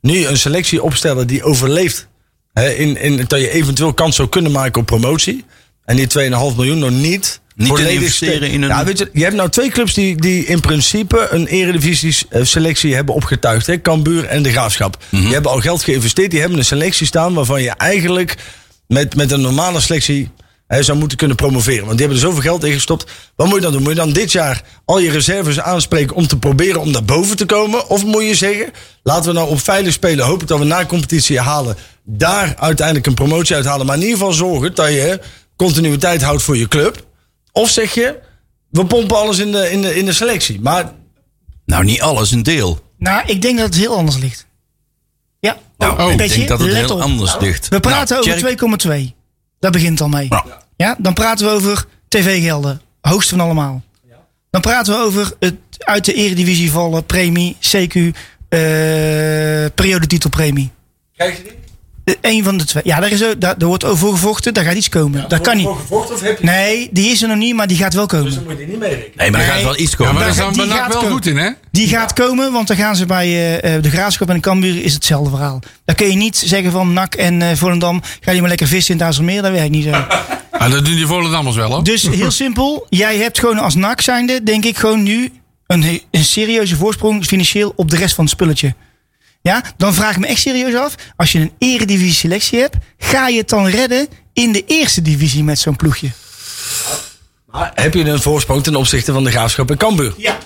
Nu een selectie opstellen die overleeft. Hè, in, in, dat je eventueel kans zou kunnen maken op promotie. En die 2,5 miljoen nog niet.
Niet
volledig
in investeren
ste-
in een-
Ja, weet je, je hebt nou twee clubs die, die in principe een eredivisie eh, selectie hebben opgetuigd. Hè? Cambuur en de Graafschap. Die hebben al geld geïnvesteerd. Die hebben een selectie staan waarvan je eigenlijk met, met een normale selectie hè, zou moeten kunnen promoveren. Want die hebben er zoveel geld in gestopt. Wat moet je dan doen? Moet je dan dit jaar al je reserves aanspreken om te proberen om naar boven te komen? Of moet je zeggen, laten we nou op veilig spelen. Hopen dat we na competitie halen. Daar uiteindelijk een promotie uithalen. Maar in ieder geval zorgen dat je continuïteit houdt voor je club. Of zeg je, we pompen alles in de, in de, in de selectie. Maar
Nou, niet alles, een deel.
Nou, ik denk dat het heel anders ligt. Ja.
Nou,
Oh.
ik
Weet je,
denk dat het
let
heel
op.
anders ligt.
We praten
Nou, Tjerk,
over 2,2. Dat begint al mee.
Nou.
Ja, dan praten we over tv-gelden. Hoogst van allemaal. Dan praten we over het uit de eredivisie vallen, premie, CQ, eh periodetitelpremie.
krijg je die?
De- Eén van de twee. Ja, daar, is, ook- daar, daar wordt over gevochten, daar gaat iets komen. dat kan niet.
gevochten of heb je
Nee, die is er nog niet, maar die gaat wel komen.
moet je die niet meerekenen.
Nee, maar er
Nee.
gaat wel iets
Ja,
komen.
maar daar
gaat-
zijn we
die
bij NAC
gaat
wel
komen.
goed in, hè?
Die gaat komen, want dan gaan ze bij eh, eh, de Graafschap en de Cambuur is hetzelfde verhaal. Dan kun je niet zeggen van NAC en eh Volendam, ga je maar lekker vissen in het IJsselmeer. Dat werkt niet zo.
Ah, dat doen die Volendammers wel, hoor.
Dus heel simpel, jij hebt gewoon als NAC zijnde, denk ik gewoon nu een, he- een serieuze voorsprong financieel op de rest van het spulletje. Ja, dan vraag ik me echt serieus af, als je een eredivisie selectie hebt, ga je het dan redden in de eerste divisie met zo'n ploegje?
Maar Ah, heb je een voorsprong ten opzichte van de Graafschap en Cambuur?
Ja.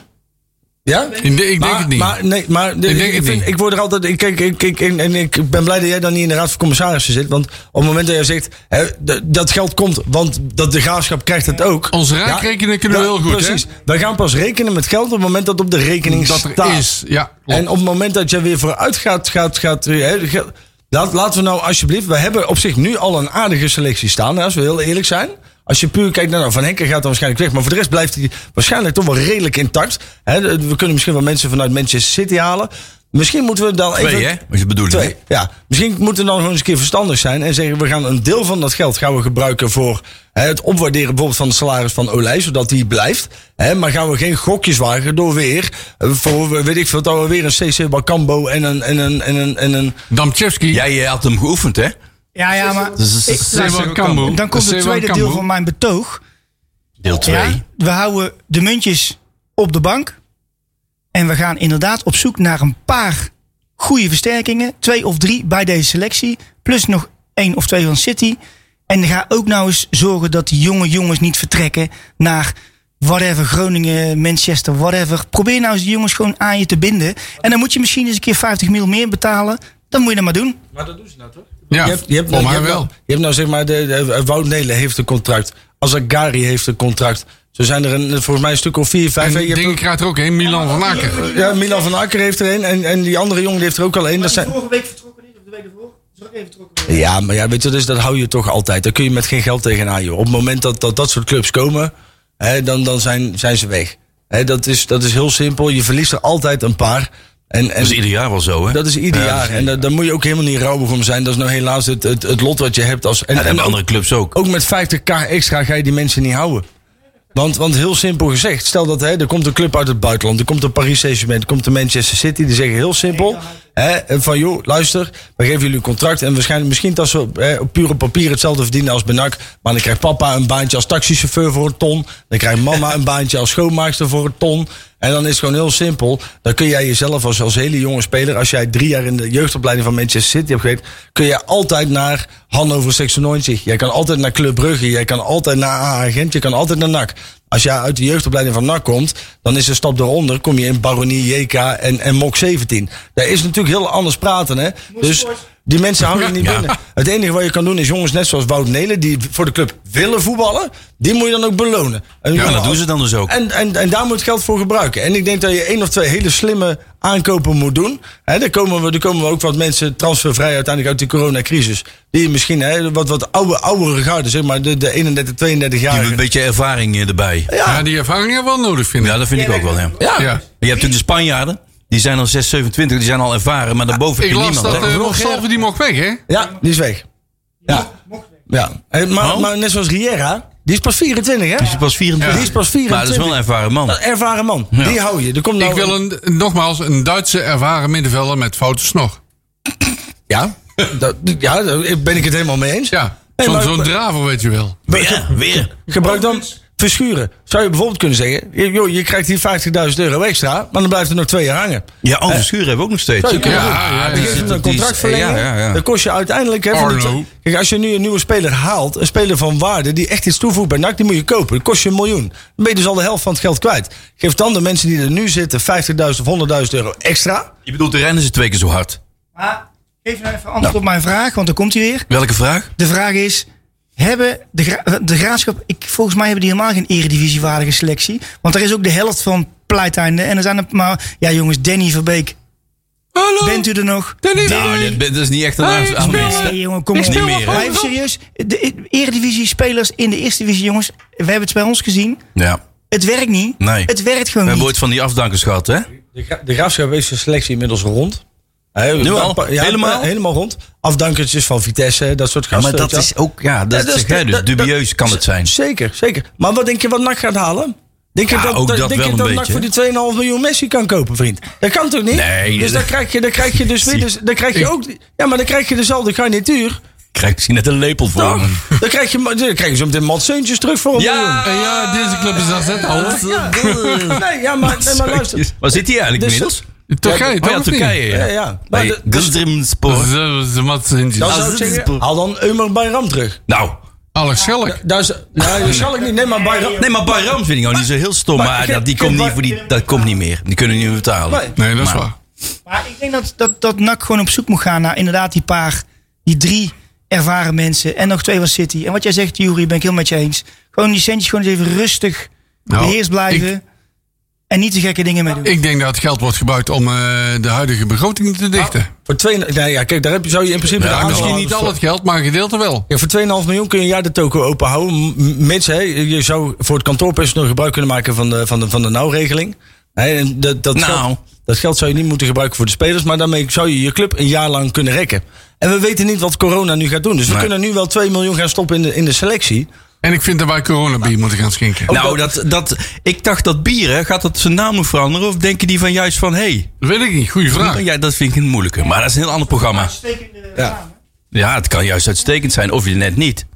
Ja?
Ik denk- ik denk
maar,
het niet.
Maar, nee, maar ik,
denk het
vind-
niet.
ik word er altijd. Ik, kijk, ik, ik, en, en ik ben blij dat jij dan niet in de Raad van Commissarissen zit. Want op het moment dat jij zegt. Hè, d- dat geld komt, want dat de graafschap krijgt het ook.
Onze raakrekening kunnen we heel goed, hè?
Precies. Wij gaan pas rekenen met geld op het moment dat het op de rekening
Dat
staat.
er is. Ja, klopt.
En op het moment dat je weer vooruit gaat, gaat, gaat eh, hè, ga- laat, laten we nou alsjeblieft, we hebben op zich nu al een aardige selectie staan, hè, als we heel eerlijk zijn. Als je puur kijkt naar nou, Van Henker gaat dan waarschijnlijk weg. Maar voor de rest blijft hij waarschijnlijk toch wel redelijk intact. Hè, de- we kunnen misschien wel mensen vanuit Manchester City halen. Misschien moeten we dan
Twee,
even...
hè? Wat je bedoelt, hè?
Twee, ja. Misschien moeten we dan gewoon eens een keer verstandig zijn en zeggen: we gaan een deel van dat geld gaan we gebruiken voor hè, het opwaarderen bijvoorbeeld van het salaris van Olij, zodat die blijft. Hè, maar gaan we geen gokjes wagen door weer eh, voor eh, weet ik veel, dat we weer een CC Balkambo en een. En een, en een, en een
Damchevski.
Jij eh, had hem geoefend, hè?
Ja, ja, maar
Dus-
ik-
Zeeman Kambo.
dan komt het
Zeeman
tweede deel
Kambo.
van mijn betoog.
Deel 2.
Ja, we houden de muntjes op de bank. En we gaan inderdaad op zoek naar een paar goede versterkingen. Twee of drie bij deze selectie. Plus nog één of twee van City. En ga ook nou eens zorgen dat die jonge jongens niet vertrekken naar whatever, Groningen, Manchester, whatever. Probeer nou eens die jongens gewoon aan je te binden. En dan moet je misschien eens een keer 50 mil meer betalen. Dan moet je dat maar doen. nou
Ja,
je hebt, je hebt,
voor
je
mij
hebt
wel.
Je hebt nou zeg maar, de, de, Wout Nelen heeft een contract. Azagari heeft een contract. Zo zijn er een, volgens mij een stuk of vier, vijf.
En
Je hebt
dingen krijgt er ook een. Milan van Aken.
ook- ja, Milan van Akker heeft er een. En, en die andere jongen die heeft er ook al een. Dat zijn,
vorige week vertrokken niet, of de week ervoor? Is ook even vertrokken.
ja, maar ja, weet je, dus dat hou je toch altijd. Daar kun je met geen geld tegenaan, joh. Op het moment dat dat, dat soort clubs komen, hè, dan, dan zijn, zijn ze weg. Hè, dat, is, dat is heel simpel. Je verliest er altijd een paar. En, en,
Dat is ieder jaar wel zo, hè?
Dat is ieder
Ja, dat
jaar.
is-
En da- daar moet je ook helemaal niet rouwig om zijn. Dat is nou helaas het, het, het lot wat je hebt. Als, en,
Ja, dat
en
hebben
ook-
andere clubs ook.
ook met 50k extra ga je die mensen niet houden. Want, want heel simpel gezegd, stel dat hè, er komt een club uit het buitenland, er komt een Paris Saint-Germain, er komt een Manchester City, die zeggen heel simpel: hè, van joh, luister, we geven jullie een contract en waarschijnlijk misschien dat ze hè, op puur op papier hetzelfde verdienen als Benak, maar dan krijgt papa een baantje als taxichauffeur voor een ton, dan krijgt mama een baantje als schoonmaakster voor een ton. En dan is het gewoon heel simpel. Dan kun jij jezelf als, als hele jonge speler, als jij drie jaar in de jeugdopleiding van Manchester City hebt gegeten, kun jij altijd naar Hannover 96. Jij kan altijd naar Club Brugge, jij kan altijd naar A-agent, je kan altijd naar NAC. Als jij uit de jeugdopleiding van NAC komt, dan is de stap daaronder, kom je in Baronie, JK en, en MOK 17. Daar is natuurlijk heel anders praten, hè? Dus die mensen houden je niet
Ja.
binnen. Het enige wat je kan doen is jongens net zoals Wout Nelen, die voor de club willen voetballen, die moet je dan ook belonen. En
Ja, dat doen ze dan dus ook.
en, en, en daar moet geld voor gebruiken. En ik denk dat je één of twee hele slimme aankopen moet doen. Hè, daar, komen we, daar komen we ook wat mensen transfervrij uiteindelijk uit de coronacrisis. Die misschien hè, wat, wat oude, oudere garde, zeg maar, de, de 31, 32
Die
jaar.
hebben een beetje ervaring eh, erbij.
Ja, die ervaring hebben we wel nodig, vind ik.
Ja, dat vind ik ook wel, ja.
Ja.
Je hebt natuurlijk de Spanjaarden. Die zijn al 6, 27, die zijn al ervaren. Maar daarboven
Ik
heb je
las
niemand.
dat
hè?
eh, nog Salve die mocht weg, hè?
Ja, die is weg. Ja. ja. Hè, maar,
Oh.
maar net zoals Riera, die is pas 24, hè?
Die is pas 24.
Die is pas
Maar dat is
24.
wel een ervaren man.
Een ervaren man. Die hou je. Er komt nou
Ik wil een, nogmaals een Duitse ervaren middenvelder met foute snor.
Ja, dat, ja, daar ben ik het helemaal mee eens.
Ja,
Nee,
zo'n
maar-
zo'n draver weet je wel.
Weer, weer. dus.
Gebruik dan verschuren. Zou je bijvoorbeeld kunnen zeggen: je- joh, je krijgt hier 50.000 euro extra, maar dan blijft er nog twee jaar hangen.
Ja, Anders Schuur hebben we ook nog steeds.
Zou je kunnen
Ja,
doen.
ja, ja,
Dan geef je hem
ja.
een contract verlengen.
Ja, ja, ja.
Dan kost je uiteindelijk. Hè, van die
Arlo.
twee- kijk, als je nu een nieuwe speler haalt, een speler van waarde die echt iets toevoegt bij NAC, die moet je kopen. Dat kost je een miljoen. Dan ben je dus al de helft van het geld kwijt. Geef dan de mensen die er nu zitten 50.000 of 100.000 euro extra.
Je bedoelt, de rennen ze twee keer zo hard.
Maar geef nou even antwoord op mijn vraag, want dan komt hij weer.
Welke vraag?
De vraag is, hebben de, Gra- eh, de graafschap... Ik, volgens mij hebben die helemaal geen eredivisiewaardige selectie. Want er is ook de helft van pleiteinde. En er zijn er maar... Ja jongens, Danny Verbeek,
Hallo!
bent u er nog?
Danny
Nou,
Verbeek.
dit- dit is niet echt een
Hey,
aan-
speel-
aan-
Nee jongen, kom
Ik
op.
speel
Niet meer,
wel
Maar
gewoon
even serieus, de eredivisie spelers in de eerste divisie jongens... We hebben het bij ons gezien.
Ja.
Het werkt niet.
Nee.
Het werkt
We
gewoon
hebben
niet.
ooit van die afdankers gehad, hè?
De, gra de graafschap heeft zijn selectie inmiddels rond. Hè,
Nu al?
een paar- ja,
Helemaal?
helemaal rond. Afdankertjes van Vitesse, dat soort gasten.
maar dat
weet je wel.
is ook, ja, dat,
Ja, dat
zeg
is-
jij dus.
dat- dat-
Dubieus kan het zijn.
Zeker, zeker. Maar wat denk je wat NAC gaat halen? Denk je
Ja,
dat,
ook dat
denk
wel
je
een
dat NAC
beetje,
voor die 2,5 miljoen Messi kan kopen, vriend? Dat kan toch niet?
Nee,
dus
dat-
dan krijg je, dan krijg je dus weer... Dus, dan krijg je ook, ja, maar dan krijg je dezelfde garnituur.
Krijg misschien net een lepel voor
Toch?
hem.
Dan krijg je, dan krijg je zo meteen Matseuntjes terug voor een miljoen.
En ja, deze club is dat het al.
Nee, ja, maar, nee, maar luister.
Waar zit hij eigenlijk
Dus-
inmiddels?
Turkije,
Oh
toch?
ja,
of niet?
Turkije.
Ja,
Ja,
ja. Maar
Bij
de- dus-
Gildrimspor.
Dat is de mat
dan
Sintjes.
zou ik zeggen, haal dan Eumer Bayram terug.
Nou,
Alex Schelk.
Daar is, nou, dat zal ik niet. Nee, maar Bayram...
nee, maar Bayram vind ik nou niet zo heel stom.
Maar-
Maar dat, die
Geen-
komt
geen-
niet, voor die, dat komt niet meer. Die kunnen niet meer betalen.
Nee, dat is
Maar-
waar.
Maar ik denk dat, dat, dat NAC gewoon op zoek moet gaan naar inderdaad die paar, die drie ervaren mensen. En nog twee van City. En wat jij zegt, Jury, ben ik heel met je eens. Gewoon die centjes gewoon eens even rustig
Nou,
beheerst blijven. en niet de gekke dingen mee doen.
Ik denk dat het geld wordt gebruikt om eh, de huidige begroting te dichten.
Voor twee, nee, ja, kijk, daar heb je, zou je in principe... de
Ja, misschien
aandeelhouders
niet
voor-
al het geld, maar een gedeelte wel.
Ja, voor 2,5 miljoen kun je een jaar de toko open houden. M- Mits, hè, je zou voor het kantoorpersoneel gebruik kunnen maken van de, van de, van de nauwregeling. Hè, en dat, dat,
Nou.
geld, dat geld zou je niet moeten gebruiken voor de spelers. Maar daarmee zou je je club een jaar lang kunnen rekken. En we weten niet wat corona nu gaat doen. Dus we
Nee.
kunnen nu wel 2 miljoen gaan stoppen in de, in de selectie.
En ik vind dat wij coronabier moeten gaan schenken.
Nou, dat, dat, ik dacht dat bieren, gaat dat zijn naam nog veranderen? Of denken die van juist van, hé,
Dat weet ik niet. Goeie vraag.
hey, ja, dat vind ik een moeilijke. Maar dat is een heel ander programma.
Ja.
Ja, het kan juist uitstekend zijn. Of je net niet.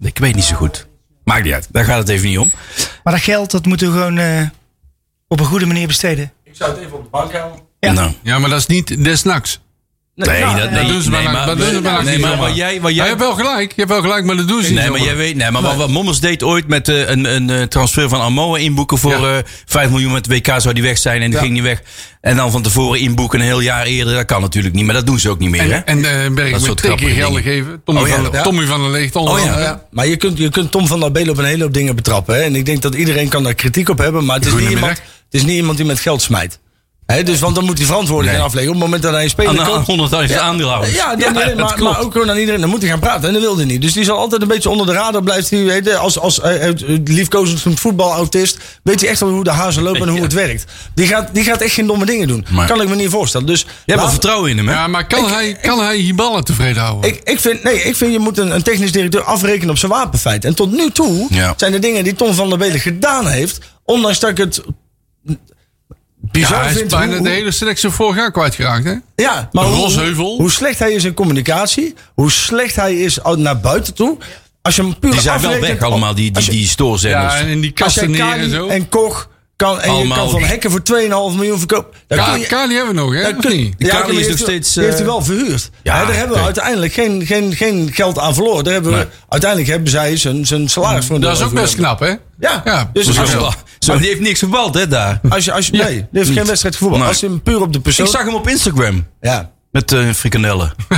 Ik weet niet zo goed. Maakt niet uit. Daar gaat het even niet om.
Maar dat geld, dat moeten we gewoon eh, op een goede manier besteden.
zou het even op de bank houden.
Ja.
Nou.
Ja, maar dat is niet desnachts.
Nee, dat, nee,
Dat doen ze
nee,
maar-
maar,
dat doen ze maar-
nee,
niet
maar
zomaar.
wat jij, wat
Ja,
jij
je hebt wel gelijk, je hebt wel gelijk, maar dat doen ze niet
Nee, maar
zomaar.
jij weet, nee, maar wat, wat Mommers deed ooit met eh, een, een eh, transfer van Amoa inboeken voor eh 5 miljoen met WK zou die weg zijn en die ging niet weg. En dan van tevoren inboeken een heel jaar eerder, dat kan natuurlijk niet, maar dat doen ze ook niet meer. hè?
En, en eh Berg
soort
moet twee keer
grappige
gelden
dingen.
geven. Tommy,
Oh, ja.
van,
Ja.
Tommy van der Leegt onder
Oh, ja.
andere.
Ja, maar je kunt, je kunt Tom van der Belen op een hele hoop dingen betrappen. Hè? En ik denk dat iedereen kan daar kritiek op hebben. Maar het is, niet iemand,
Goedemiddag.
het is niet iemand die met geld smijt. Hè? Dus, want dan moet hij verantwoording
Nee.
gaan afleggen. Op het moment dat hij een
Aan
speler
de
koopt.
100.000 aandeelhouders.
Ja, dan- nee,
dat
maar,
klopt.
maar ook gewoon aan iedereen. Dan moet hij gaan praten. En dat wilde hij niet. Dus die zal altijd een beetje onder de radar blijven. Die, weet, je, als als eh, eh, liefkozend van het voetbalautist weet hij echt wel hoe de hazen lopen en hoe
Ja.
het werkt. Die gaat, die gaat echt geen domme dingen doen.
Maar-
kan ik me niet voorstellen. Dus
Je hebt wel
laat-
vertrouwen in hem, hè?
Ja, maar kan, hij, kan hij Hiballa tevreden houden?
ik, ik, vind, nee, ik vind je moet een, een technisch directeur afrekenen op zijn wapenfeit. En tot nu toe
Ja.
zijn de dingen die Tom van der Belen gedaan heeft. Ondanks dat ik het bizar
ja, hij is
vind.
bijna
hoe-
de
hoe-
hele selectie vorig jaar kwijtgeraakt, hè?
ja, maar hoe,
Rosheuvel.
hoe- hoe slecht hij is in communicatie. Hoe slecht hij is al naar buiten toe. Als je hem puur
Die zijn wel
afrekent
weg
op-
allemaal, die,
als
die,
je-
die stoorzenders.
Ja, en in die
als
kasten
jij
neer
Kali
en zo.
en Koch kan, en je
Allemaal
kan van
die-
Hekken voor 2,5 miljoen verkopen. dan
Ka
kun je-
Kali hebben we nog, hè? Of niet?
Kali
maar die
is
heeft
nog
wel-
steeds,
die heeft hij
eh,
wel verhuurd.
ja,
Hè, daar hebben we
oké.
uiteindelijk geen, geen, geen geld aan verloren. Daar hebben we,
Nee.
Uiteindelijk hebben zij zijn, zijn salaris voor een
Dat is
deel
ook best
overgenomen.
knap, hè?
Ja,
ja.
dus
Zo,
als je,
zo, die heeft niks gebald, hè, daar.
als je, als je,
Ja,
nee, die heeft
niet.
geen wedstrijd gevoetbald.
Nee.
Als je hem puur op de
Ik
persoon...
zag hem op Instagram
Ja,
met eh frikandellen.
ja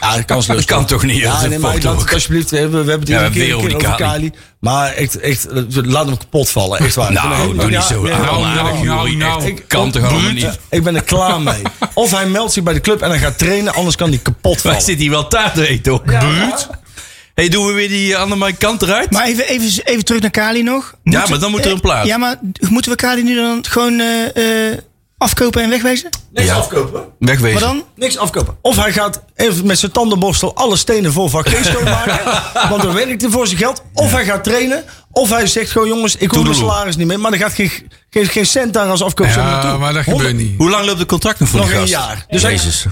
dat kan
Dat kan toch niet? dat
Ja,
is
nee,
een
maar
foto
laat
ook.
het alsjeblieft. We hebben we hebben het
Ja,
iedere
we
keer,
hebben weer
een keer over
over die
Kali. Maar echt, echt, eh, laat hem kapot vallen. Echt waar. Ik ben
Nou,
er-
doe
ja,
niet zo
ja,
Nou,
onaardig,
nou,
joh.
nou.
Echt, Kan toch allemaal
Ja,
niet?
ik ben er klaar mee. Of hij meldt zich bij de club en hij gaat trainen, anders kan hij kapot
Wij
vallen.
zitten hier wel taart te eten, ook. Bruut. hey, doen we weer die eh, Annemai kant eruit?
Maar even, even, even terug naar Kali nog. Moeten- eh,
maar dan moet er een plaats.
Ja, maar moeten we Kali nu dan gewoon eh, eh, afkopen en wegwezen?
Niks
Ja.
afkopen.
Wegwezen.
Maar dan?
Niks afkopen. Of hij gaat even met zijn tandenborstel alle stenen voor van Kees maken. want dan werkt hij voor zijn geld. Of hij gaat trainen. Of hij zegt gewoon jongens, ik hoef mijn
Toedeloe.
salaris niet meer. Maar er gaat geen, geen, geen cent daar als afkoop
Ja, maar dat gebeurt niet.
Hoe lang loopt de contract nog voor
Nog
die
een
gast?
jaar. Dus hij-
Jezus.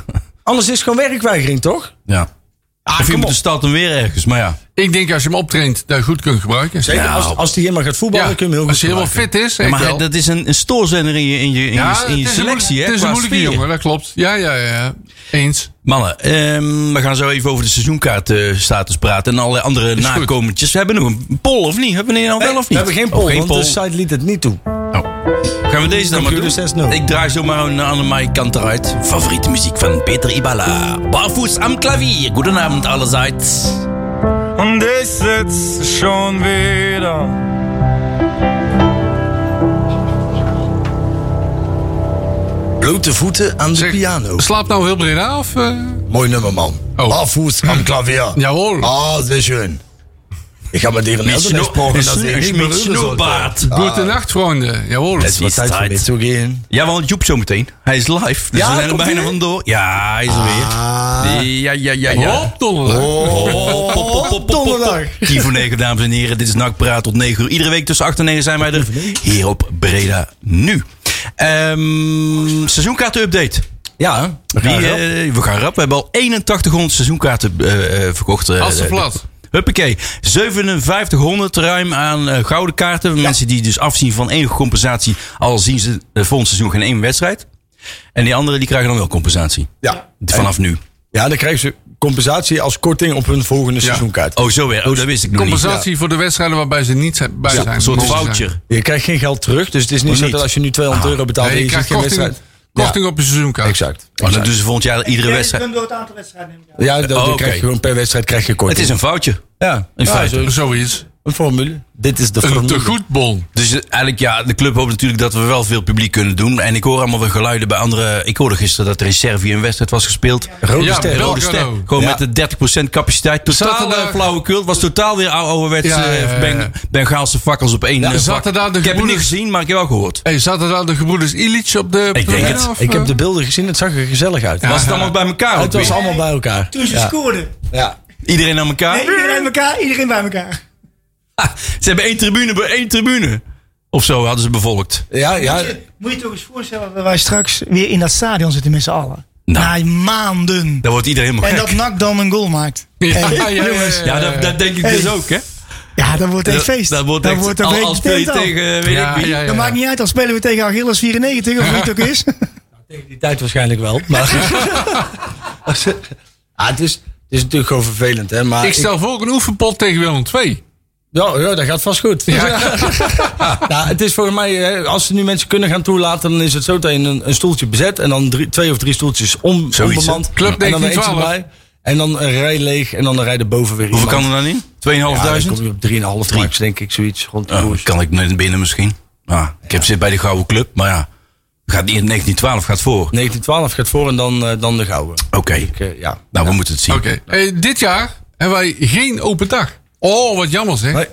Anders is het gewoon werkweigering, toch?
Ja.
Ah,
of je
kom
moet
op.
de stad hem weer ergens, maar ja.
Ik denk als je hem optraint, dat je goed kunt gebruiken.
Zeker
Nou.
als, als hij helemaal gaat voetballen,
Ja,
kun je hem heel goed
als hij helemaal
gebruiken.
fit is.
Ja,
echt
maar hij-
wel.
dat is een, een stoorzender in je, in je, in je, in je
het is een
selectie,
moeilijk-
hè?
Het is
qua
een moeilijke
sfeer.
jongen, dat klopt. Ja, ja, ja. Eens.
Mannen, ehm, we gaan zo even over de seizoenkaartstatus praten en allerlei andere
goed.
nakomertjes. We hebben nog een poll, of niet? Hebben we die nou wel
Nee,
of
we
niet?
hebben geen
Oh,
poll, want de site liet het niet toe.
Oh. Gaan we deze dan maar
Computer says no.
doen? Ik draai zomaar een Annemai kant eruit. Favoriete muziek van Peter Ibala. Barfuß am Klavier. Goedenavond allerseits.
und ich sitze schon wieder.
Blote voeten aan de
Zeg,
piano.
Slaapt nou heel Breda of... eh?
Mooi nummer, man.
Oh.
Barfuß am Klavier.
Jawohl.
Ah, sehr schön. Ich habe mit ihren
Mit
Eltern
Schnu-
gesprochen,
mit
dass sie
Schnu-
nicht
mit
mehr rühren
Schnurrbart.
sollte.
Goedenacht, vrienden. Jawohl.
Es wird Zeit für mich zu gehen.
Ja, want Joep zometeen. Hij is live. Dus
Ja,
we zijn er
komt
bijna
hij?
vandoor. Ja, hij is er
Ah.
weer. Ja, ja, ja, ja.
Hop, donderdag.
Oh.
Hop, hop, hop, hop, hop, hop.
Donderdag.
10 voor 9, dames en heren. Dit is NAC Praat tot 9 uur. Iedere week tussen 8 en 9 zijn wij er. Hier op Breda nu. Ehm seizoenkaarten-update.
Ja,
Die, eh, we gaan rap. We hebben al 8100 seizoenkaarten eh, eh, verkocht. eh,
Als ze
eh,
plat.
Huppakee. 5700 ruim aan eh, gouden kaarten. Mensen die dus afzien van enige compensatie. Al zien ze eh, volgend seizoen geen één wedstrijd. En die anderen die krijgen dan wel compensatie.
ja.
Vanaf nu.
ja, dan krijgen ze compensatie als korting op hun volgende seizoenkaart.
Oh, zo weer. Oh, dat wist ik nog niet.
Compensatie voor de wedstrijden waarbij ze niet zijn, bij zijn.
Een soort
mogen
voucher.
Je krijgt geen geld terug, dus het is niet
Oh,
zo
niet.
dat als je nu 200 euro
zijn.
betaalt
Nee,
en
je
je ziet
krijgt
geen
korting,
wedstrijd.
korting op je seizoenkaart.
Exact.
Oh,
exact.
dat doen ze volgend jaar iedere wedstrijd.
door het aantal wedstrijden neem ik aan.
Ja, dan, dan
Oh, oké.
krijg je gewoon per wedstrijd krijg je
Het
korting.
is een foutje.
ja,
in
ja,
feite.
zo-
Zoiets.
een formule. Dit is de
Een te
formule.
goed bon.
Dus eh, eigenlijk, ja, de club hoopt natuurlijk dat we wel veel publiek kunnen doen. En ik hoor allemaal weer geluiden bij andere. Ik hoorde gisteren dat er in Servië een wedstrijd was gespeeld.
Rode
Ja,
ster.
wel-
Rode Ster.
Belgrado.
Gewoon
Ja.
met de 30% capaciteit. Totaal
Zaterdag-
eh, flauwekul. Het was totaal weer oude- ouderwets
Ja, ja, ja, ja.
eh, Beng- Bengaalse fakkels op één. eh, vak.
zaterdag de
ik heb het niet
gevoelens-
gezien, maar ik heb wel gehoord.
Hey, zaten daar de gebroeders Illich op de...
denk
tribune,
het.
of,
Ik heb
eh?
de beelden gezien, het zag er gezellig uit.
was het allemaal bij elkaar?
Het was
Piet?
allemaal bij elkaar.
Toen ze
Ja.
scoorden.
Ja.
Iedereen aan elkaar?
Nee, iedereen bij elkaar, iedereen bij elkaar.
Ah, ze hebben één tribune bij één tribune. Of zo hadden ze bevolkt.
Ja, ja.
Moet je toch eens voorstellen dat wij straks weer in dat stadion zitten met z'n allen.
Nou.
Na maanden.
Daar wordt iedereen helemaal
En
gek.
dat NAC dan een goal maakt.
Ja,
Hey,
ja, ja, ja,
jongens.
ja.
ja, dat, dat denk ik dus
Hey.
ook, hè?
Ja, dan wordt het echt feest.
Dat wordt echt,
dan
al,
breek
al
je
speel je
tent al.
tegen, eh, weet
Ja,
ik wie.
ja, ja.
Dat maakt niet uit, dan spelen we tegen Achilles 94 of wie het ook is.
Die tijd waarschijnlijk wel. Maar ah, het, is, het is natuurlijk gewoon vervelend. Hè, maar
Ik stel voor een oefenpot tegen Willem II.
Ja, ja, dat gaat vast goed. nou, het is volgens mij, hè, als ze nu mensen kunnen gaan toelaten, dan is het zo dat je een, een stoeltje bezet en dan drie, twee of drie stoeltjes om, onbemand.
Club
en dan
1912.
erbij. En dan een rij leeg en dan rijden boven weer
Hoeveel kan er
iemand.
dan in? 2.500?
Ja, dan kom je op 3,5 max, denk ik, zoiets. Rond de
Oh,
koers.
kan ik net binnen misschien. Ah, ik heb zit bij de Gouden Club, maar ja. Gaat niet, 1912 gaat voor.
1912 gaat voor en dan, eh, dan de gouden.
Oké,
Ik, eh, ja.
nou we moeten het zien.
Oké. Eh, dit jaar hebben wij geen open dag. Oh, wat jammer zeg.
Nee.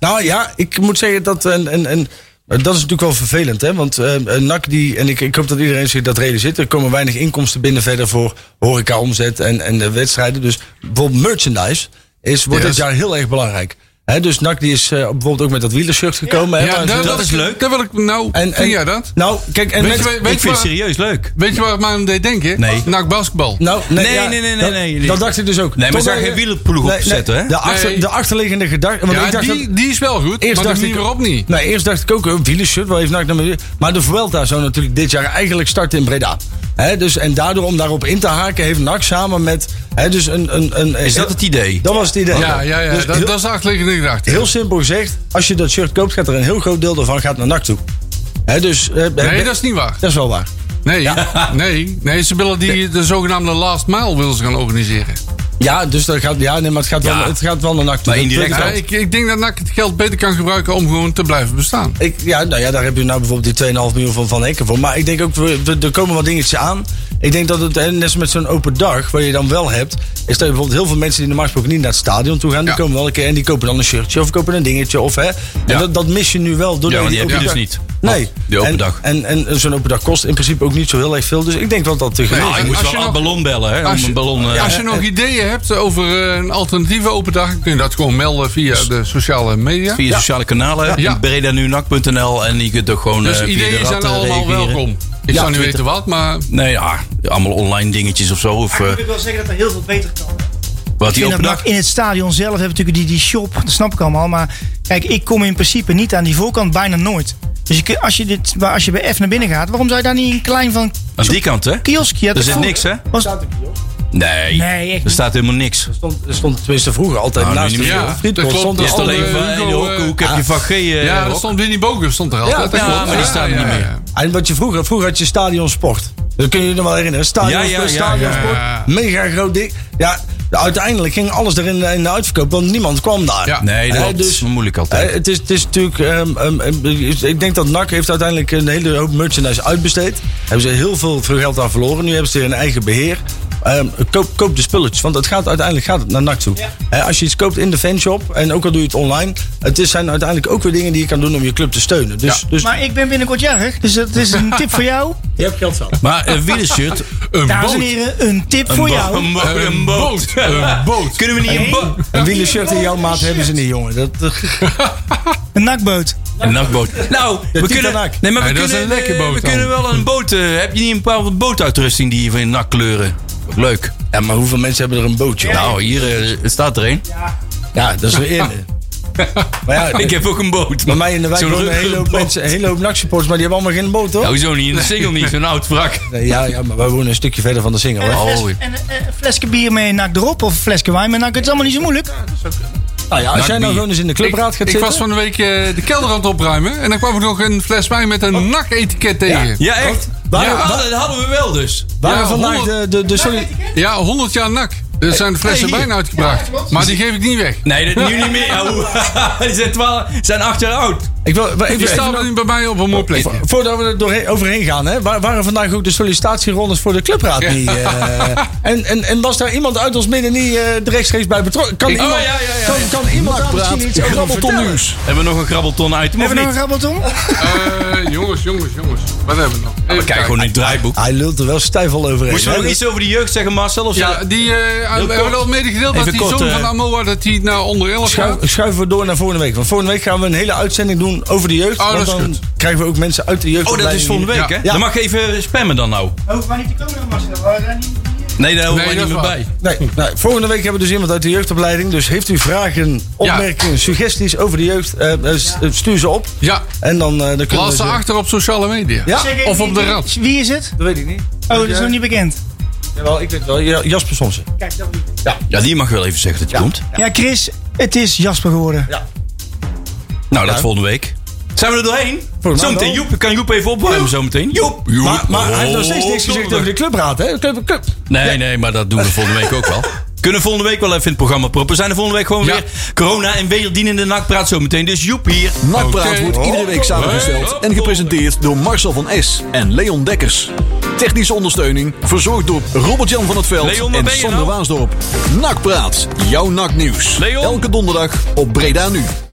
Nou ja, ik moet zeggen dat. eh, En, en, en, dat is natuurlijk wel vervelend, hè? Want eh eh, NAC die. En ik, ik hoop dat iedereen zich dat reden zit. Er komen weinig inkomsten binnen verder voor horeca-omzet en, en de wedstrijden. Dus bijvoorbeeld merchandise is, wordt
Yes.
dit jaar heel erg belangrijk. Hè, dus NAC die is eh, bijvoorbeeld ook met dat wielershirt gekomen. hè,
Ja,
waar
dat,
ze-
dat is leuk. Dat wil ik nou.
En, en,
vind jij dat?
Nou, kijk, en
Weet
met-
je wat-
ik vind het
waar-
serieus leuk.
Weet je waar het mij aan deed denken?
Nee.
Nak basketbal.
Nou,
Nee,
ja,
nee, nee, nee,
dat,
nee, nee.
Dat dacht ik dus ook.
Nee, maar
Toch
ze gaan
wel-
geen wielerploeg
Nee,
opzetten,
nee,
hè?
De, achter,
Nee.
de achterliggende gedachte. want
ja,
ik dacht dat-
die, die is wel goed.
Eerst
maar
dacht
de
ik
manier waarop niet.
Nou, eerst dacht ik ook, een wielershirt, wel even naar nummer Maar de Vuelta zou natuurlijk dit jaar eigenlijk starten in Breda. Hè, dus, en daardoor, om daarop in te haken, heeft NAC samen met... hè, dus een, een, een,
Is dat het idee?
Dat was het idee.
Ja, ja, ja.
Dus
dat,
heel,
dat is de achterliggende gedachte.
heel simpel gezegd, als je dat shirt koopt, gaat er een heel groot deel daarvan gaat naar NAC toe. Hè, dus, eh,
nee,
eh,
dat is niet waar.
dat is wel waar.
Nee, nee, nee. Ze willen die, de zogenaamde last mile willen ze gaan organiseren.
Ja, dus dat gaat, ja, nee, maar het gaat,
Ja.
Wel, het gaat wel naar NAC toe.
Maar
Dat-
indirect
Ja,
wel.
ik, ik denk dat NAC het geld beter kan gebruiken om gewoon te blijven bestaan.
Ik, ja, nou ja, daar heb je nou bijvoorbeeld die 2,5 miljoen van Van Hekken voor. Maar ik denk ook, we- we- er komen wat dingetjes aan. Ik denk dat het, hè, net als met zo'n open dag, wat je dan wel hebt... is dat je bijvoorbeeld heel veel mensen die normaal gesproken niet naar het stadion toe gaan... die
Ja.
komen wel een keer en die kopen dan een shirtje of kopen een dingetje. Of, hè, en
Ja.
dat, dat mis je nu wel. Door
Ja, want die heb je dus
dag-
niet.
Nee.
Die open
en,
dag.
En, en, eh, zo'n open dag kost in principe ook niet zo heel erg veel. Dus ik denk wel dat... de-
Nou,
Nee,
je moet
als
wel
je
een
nog-
ballon bellen, hè?
als
om
je-
een ballon, eh,
Als je nog ideeën hebt over eh, een alternatieve open dag, kun je dat gewoon melden via de sociale media.
Dus via sociale kanalen,
Ja.
ja. bredanunak.nl en je kunt ook gewoon
Dus
eh, via de
ideeën zijn
ratten
allemaal
reageren.
welkom. Ik
Ja,
zou niet
Twitter.
weten wat, maar
Nee, ja, allemaal online dingetjes of zo. Of, eh,
ik wil zeggen dat er heel veel beter kan.
wat die
Ik
open
vind dat
dag...
NAC in het stadion zelf hebben natuurlijk die, die shop, dat snap ik allemaal. Maar kijk, ik kom in principe niet aan die voorkant, bijna nooit. Dus je, kun- als, je dit, waar- als je bij F naar binnen gaat, waarom zou je daar niet een klein van
Aan die kant, hè?
kioskje? Ja,
Er
dat
zit
voelt-
niks, hè?
was-
Nee,
Nee, echt
er
niet.
staat helemaal niks.
Er stond, er stond tenminste vroeger altijd
Nou, nu
naast
niet
de
meer.
ja,
Ja, dat klopt.
stond
Die
er
Je
is
stond
Alle,
alleen
altijd...
van,
Hugo,
in de hoek,
eh,
hoek heb je van G... eh,
ja, er
hok.
stond Winnie Bogus stond er altijd.
ja, maar die
staan er niet meer.
En wat je vroeger, vroeger had je Stadion Sport. Dat kun je je nog wel herinneren. Stadion,
Ja, ja,
Sport,
ja,
Stadion
ja.
Sport, mega groot dik. Ja, uiteindelijk ging alles erin eh, in de uitverkoop, want niemand kwam daar.
Ja.
Nee, dat
Eh,
is
dus-
moeilijk
Eh,
altijd.
het, is, het is natuurlijk. ehm, ehm, ehm, ik denk dat NAC heeft uiteindelijk een hele hoop merchandise uitbesteed. Hebben ze heel veel geld aan verloren. Nu hebben ze een eigen beheer. Ehm, koop, koop de spulletjes, want het gaat, uiteindelijk gaat het naar NAC toe. Eh, als je iets koopt in de fanshop, en ook al doe je het online... het is, zijn uiteindelijk ook weer dingen die je kan doen om je club te steunen. Dus, dus
Maar ik ben binnenkort jarig, dus dat is een tip voor jou.
je hebt geld zat.
Maar eh, een wielershirt...
Een
Dames en
boot.
heren, een tip voor jou.
Een, bo-
Een
een
boot.
boot.
Een boot.
Kunnen we niet een boot?
Een wielershirt in jouw maat hebben ze
niet.
niet, jongen. Dat,
Een nakboot.
Een nachtboot. Nou, we
Titanak.
kunnen, nee, maar we
Nee, dat is
kunnen,
een lekker
eh,
boot
we
dan.
kunnen wel een boot. eh, heb je niet een bepaalde bootuitrusting die je van je nak kleuren? Leuk.
ja, maar hoeveel mensen hebben er een bootje?
Nou, hier eh, staat er een.
ja, dat is weer in. maar ja,
Ik heb ook een boot.
bij mij in de wijk
Zo'n
wonen een hele
ruggeren
hoop
boot.
mensen, een hele hoop nachtsupporters, maar die hebben allemaal geen boot, hoor.
Nou, zo niet. In de single niet. Zo'n oud wrak.
Nee, ja, ja, maar wij wonen een stukje verder van de single.
En
Hè? Nou
een, fles-
Oh.
en eh, een- een flesje bier mee nak erop of een flesje wijn mee nak. Het is allemaal niet zo moeilijk.
Nou ja, als jij nou gewoon eens in de
Ik,
clubraad gaat
ik
zitten...
was van de week eh, de kelder aan het opruimen. En dan kwam ik nog een fles wijn met een
Oh.
NAC-etiket tegen. Ja,
Ja, echt.
Waar-
ja,
waar-
dat hadden we wel dus.
waren
Ja,
vandaag de,
honderd-
de, de, sorry,
100 jaar NAC. Er zijn de flessen
hey, hier.
wijn uitgebracht. Maar die geef ik niet weg.
Nee, dat nu niet meer. Ja, hoe- Die zijn, 12, zijn acht jaar oud.
ik wil, ik wil-
Die
even
staan
nog-
er niet bij mij op een mooi plekje.
Voordat we er doorheen, overheen gaan, hè, wa- waren vandaag ook de sollicitatierondes voor de clubraad.
Ja.
Die, eh, en, en, en was daar iemand uit ons midden die eh, er rechtstreeks bij betrokken? Kan iemand,
oh, ja, ja, ja,
Kan, kan iemand daar misschien iets over vertellen?
nieuws.
Hebben we nog een grabbelton uit? Of
Hebben we nog
niet?
een grabbelton?
Eh, jongens, jongens, jongens. Wat hebben we nog?
We
Even
kijken gewoon in het draaiboek.
Hij lult er wel stijf al overheen.
Moesten we
hè?
nog iets over de jeugd zeggen, Marcel? Of
Ja,
zo?
die eh we
kort.
hebben al medegedeeld dat
Even
die
kort,
zoon
eh,
van Amoa dat hij naar onder 11 gaat.
Schuif- schuiven we door naar volgende week. Want volgende week gaan we een hele uitzending doen over de jeugd.
Oh, dat
want
is
dan
goed.
krijgen we ook mensen uit de jeugd.
Oh, dat is volgende week, hè?
Ja.
Dan mag je even spammen dan nou.
Hoef maar eh, niet te komen, Marcel.
Nee, daar horen wij
Nee, dat
niet
is
meer
waar.
bij.
Nee, nou, volgende week hebben we dus iemand uit de jeugdopleiding. Dus heeft u vragen, opmerkingen, suggesties over de jeugd, eh, eh, s- eh, stuur ze op.
Ja,
En dan, eh dan kunnen
laat
we
ze
ze-
achter op sociale media.
Ja,
Zeg even
Of op de
wie-
rand.
Wie is het?
dat weet ik niet.
Oh, dat is nog niet bekend.
Jawel, ik weet wel. Ja, Jasper Somsen.
Ja, die mag wel even zeggen dat je komt.
Ja, Chris, het is Jasper geworden.
Nou, dat volgende week. Zijn we er doorheen?
Volgens mij
Zometeen,
wel.
Joep. Kan Joep even opwarmen zometeen? Joep. Joep.
Maar, maar hij heeft nog steeds niks
Oh,
gezegd over de clubraad, hè? Club, club.
Nee, nee, maar dat doen we volgende week ook wel. Kunnen we volgende week wel even in het programma proppen. Zijn er volgende week gewoon
Ja.
weer corona en wederdienende nachtpraat zometeen. Dus Joep hier.
Nakpraat
Oké.
wordt iedere
Oh.
week samengesteld en gepresenteerd door Marcel van S en Leon Dekkers. Technische ondersteuning verzorgd door Robert-Jan van het Veld
Leon, waar
en
ben je
Sander
nou?
Waasdorp. Nakpraat, jouw naknieuws.
Leon?
Elke donderdag op Breda Nu.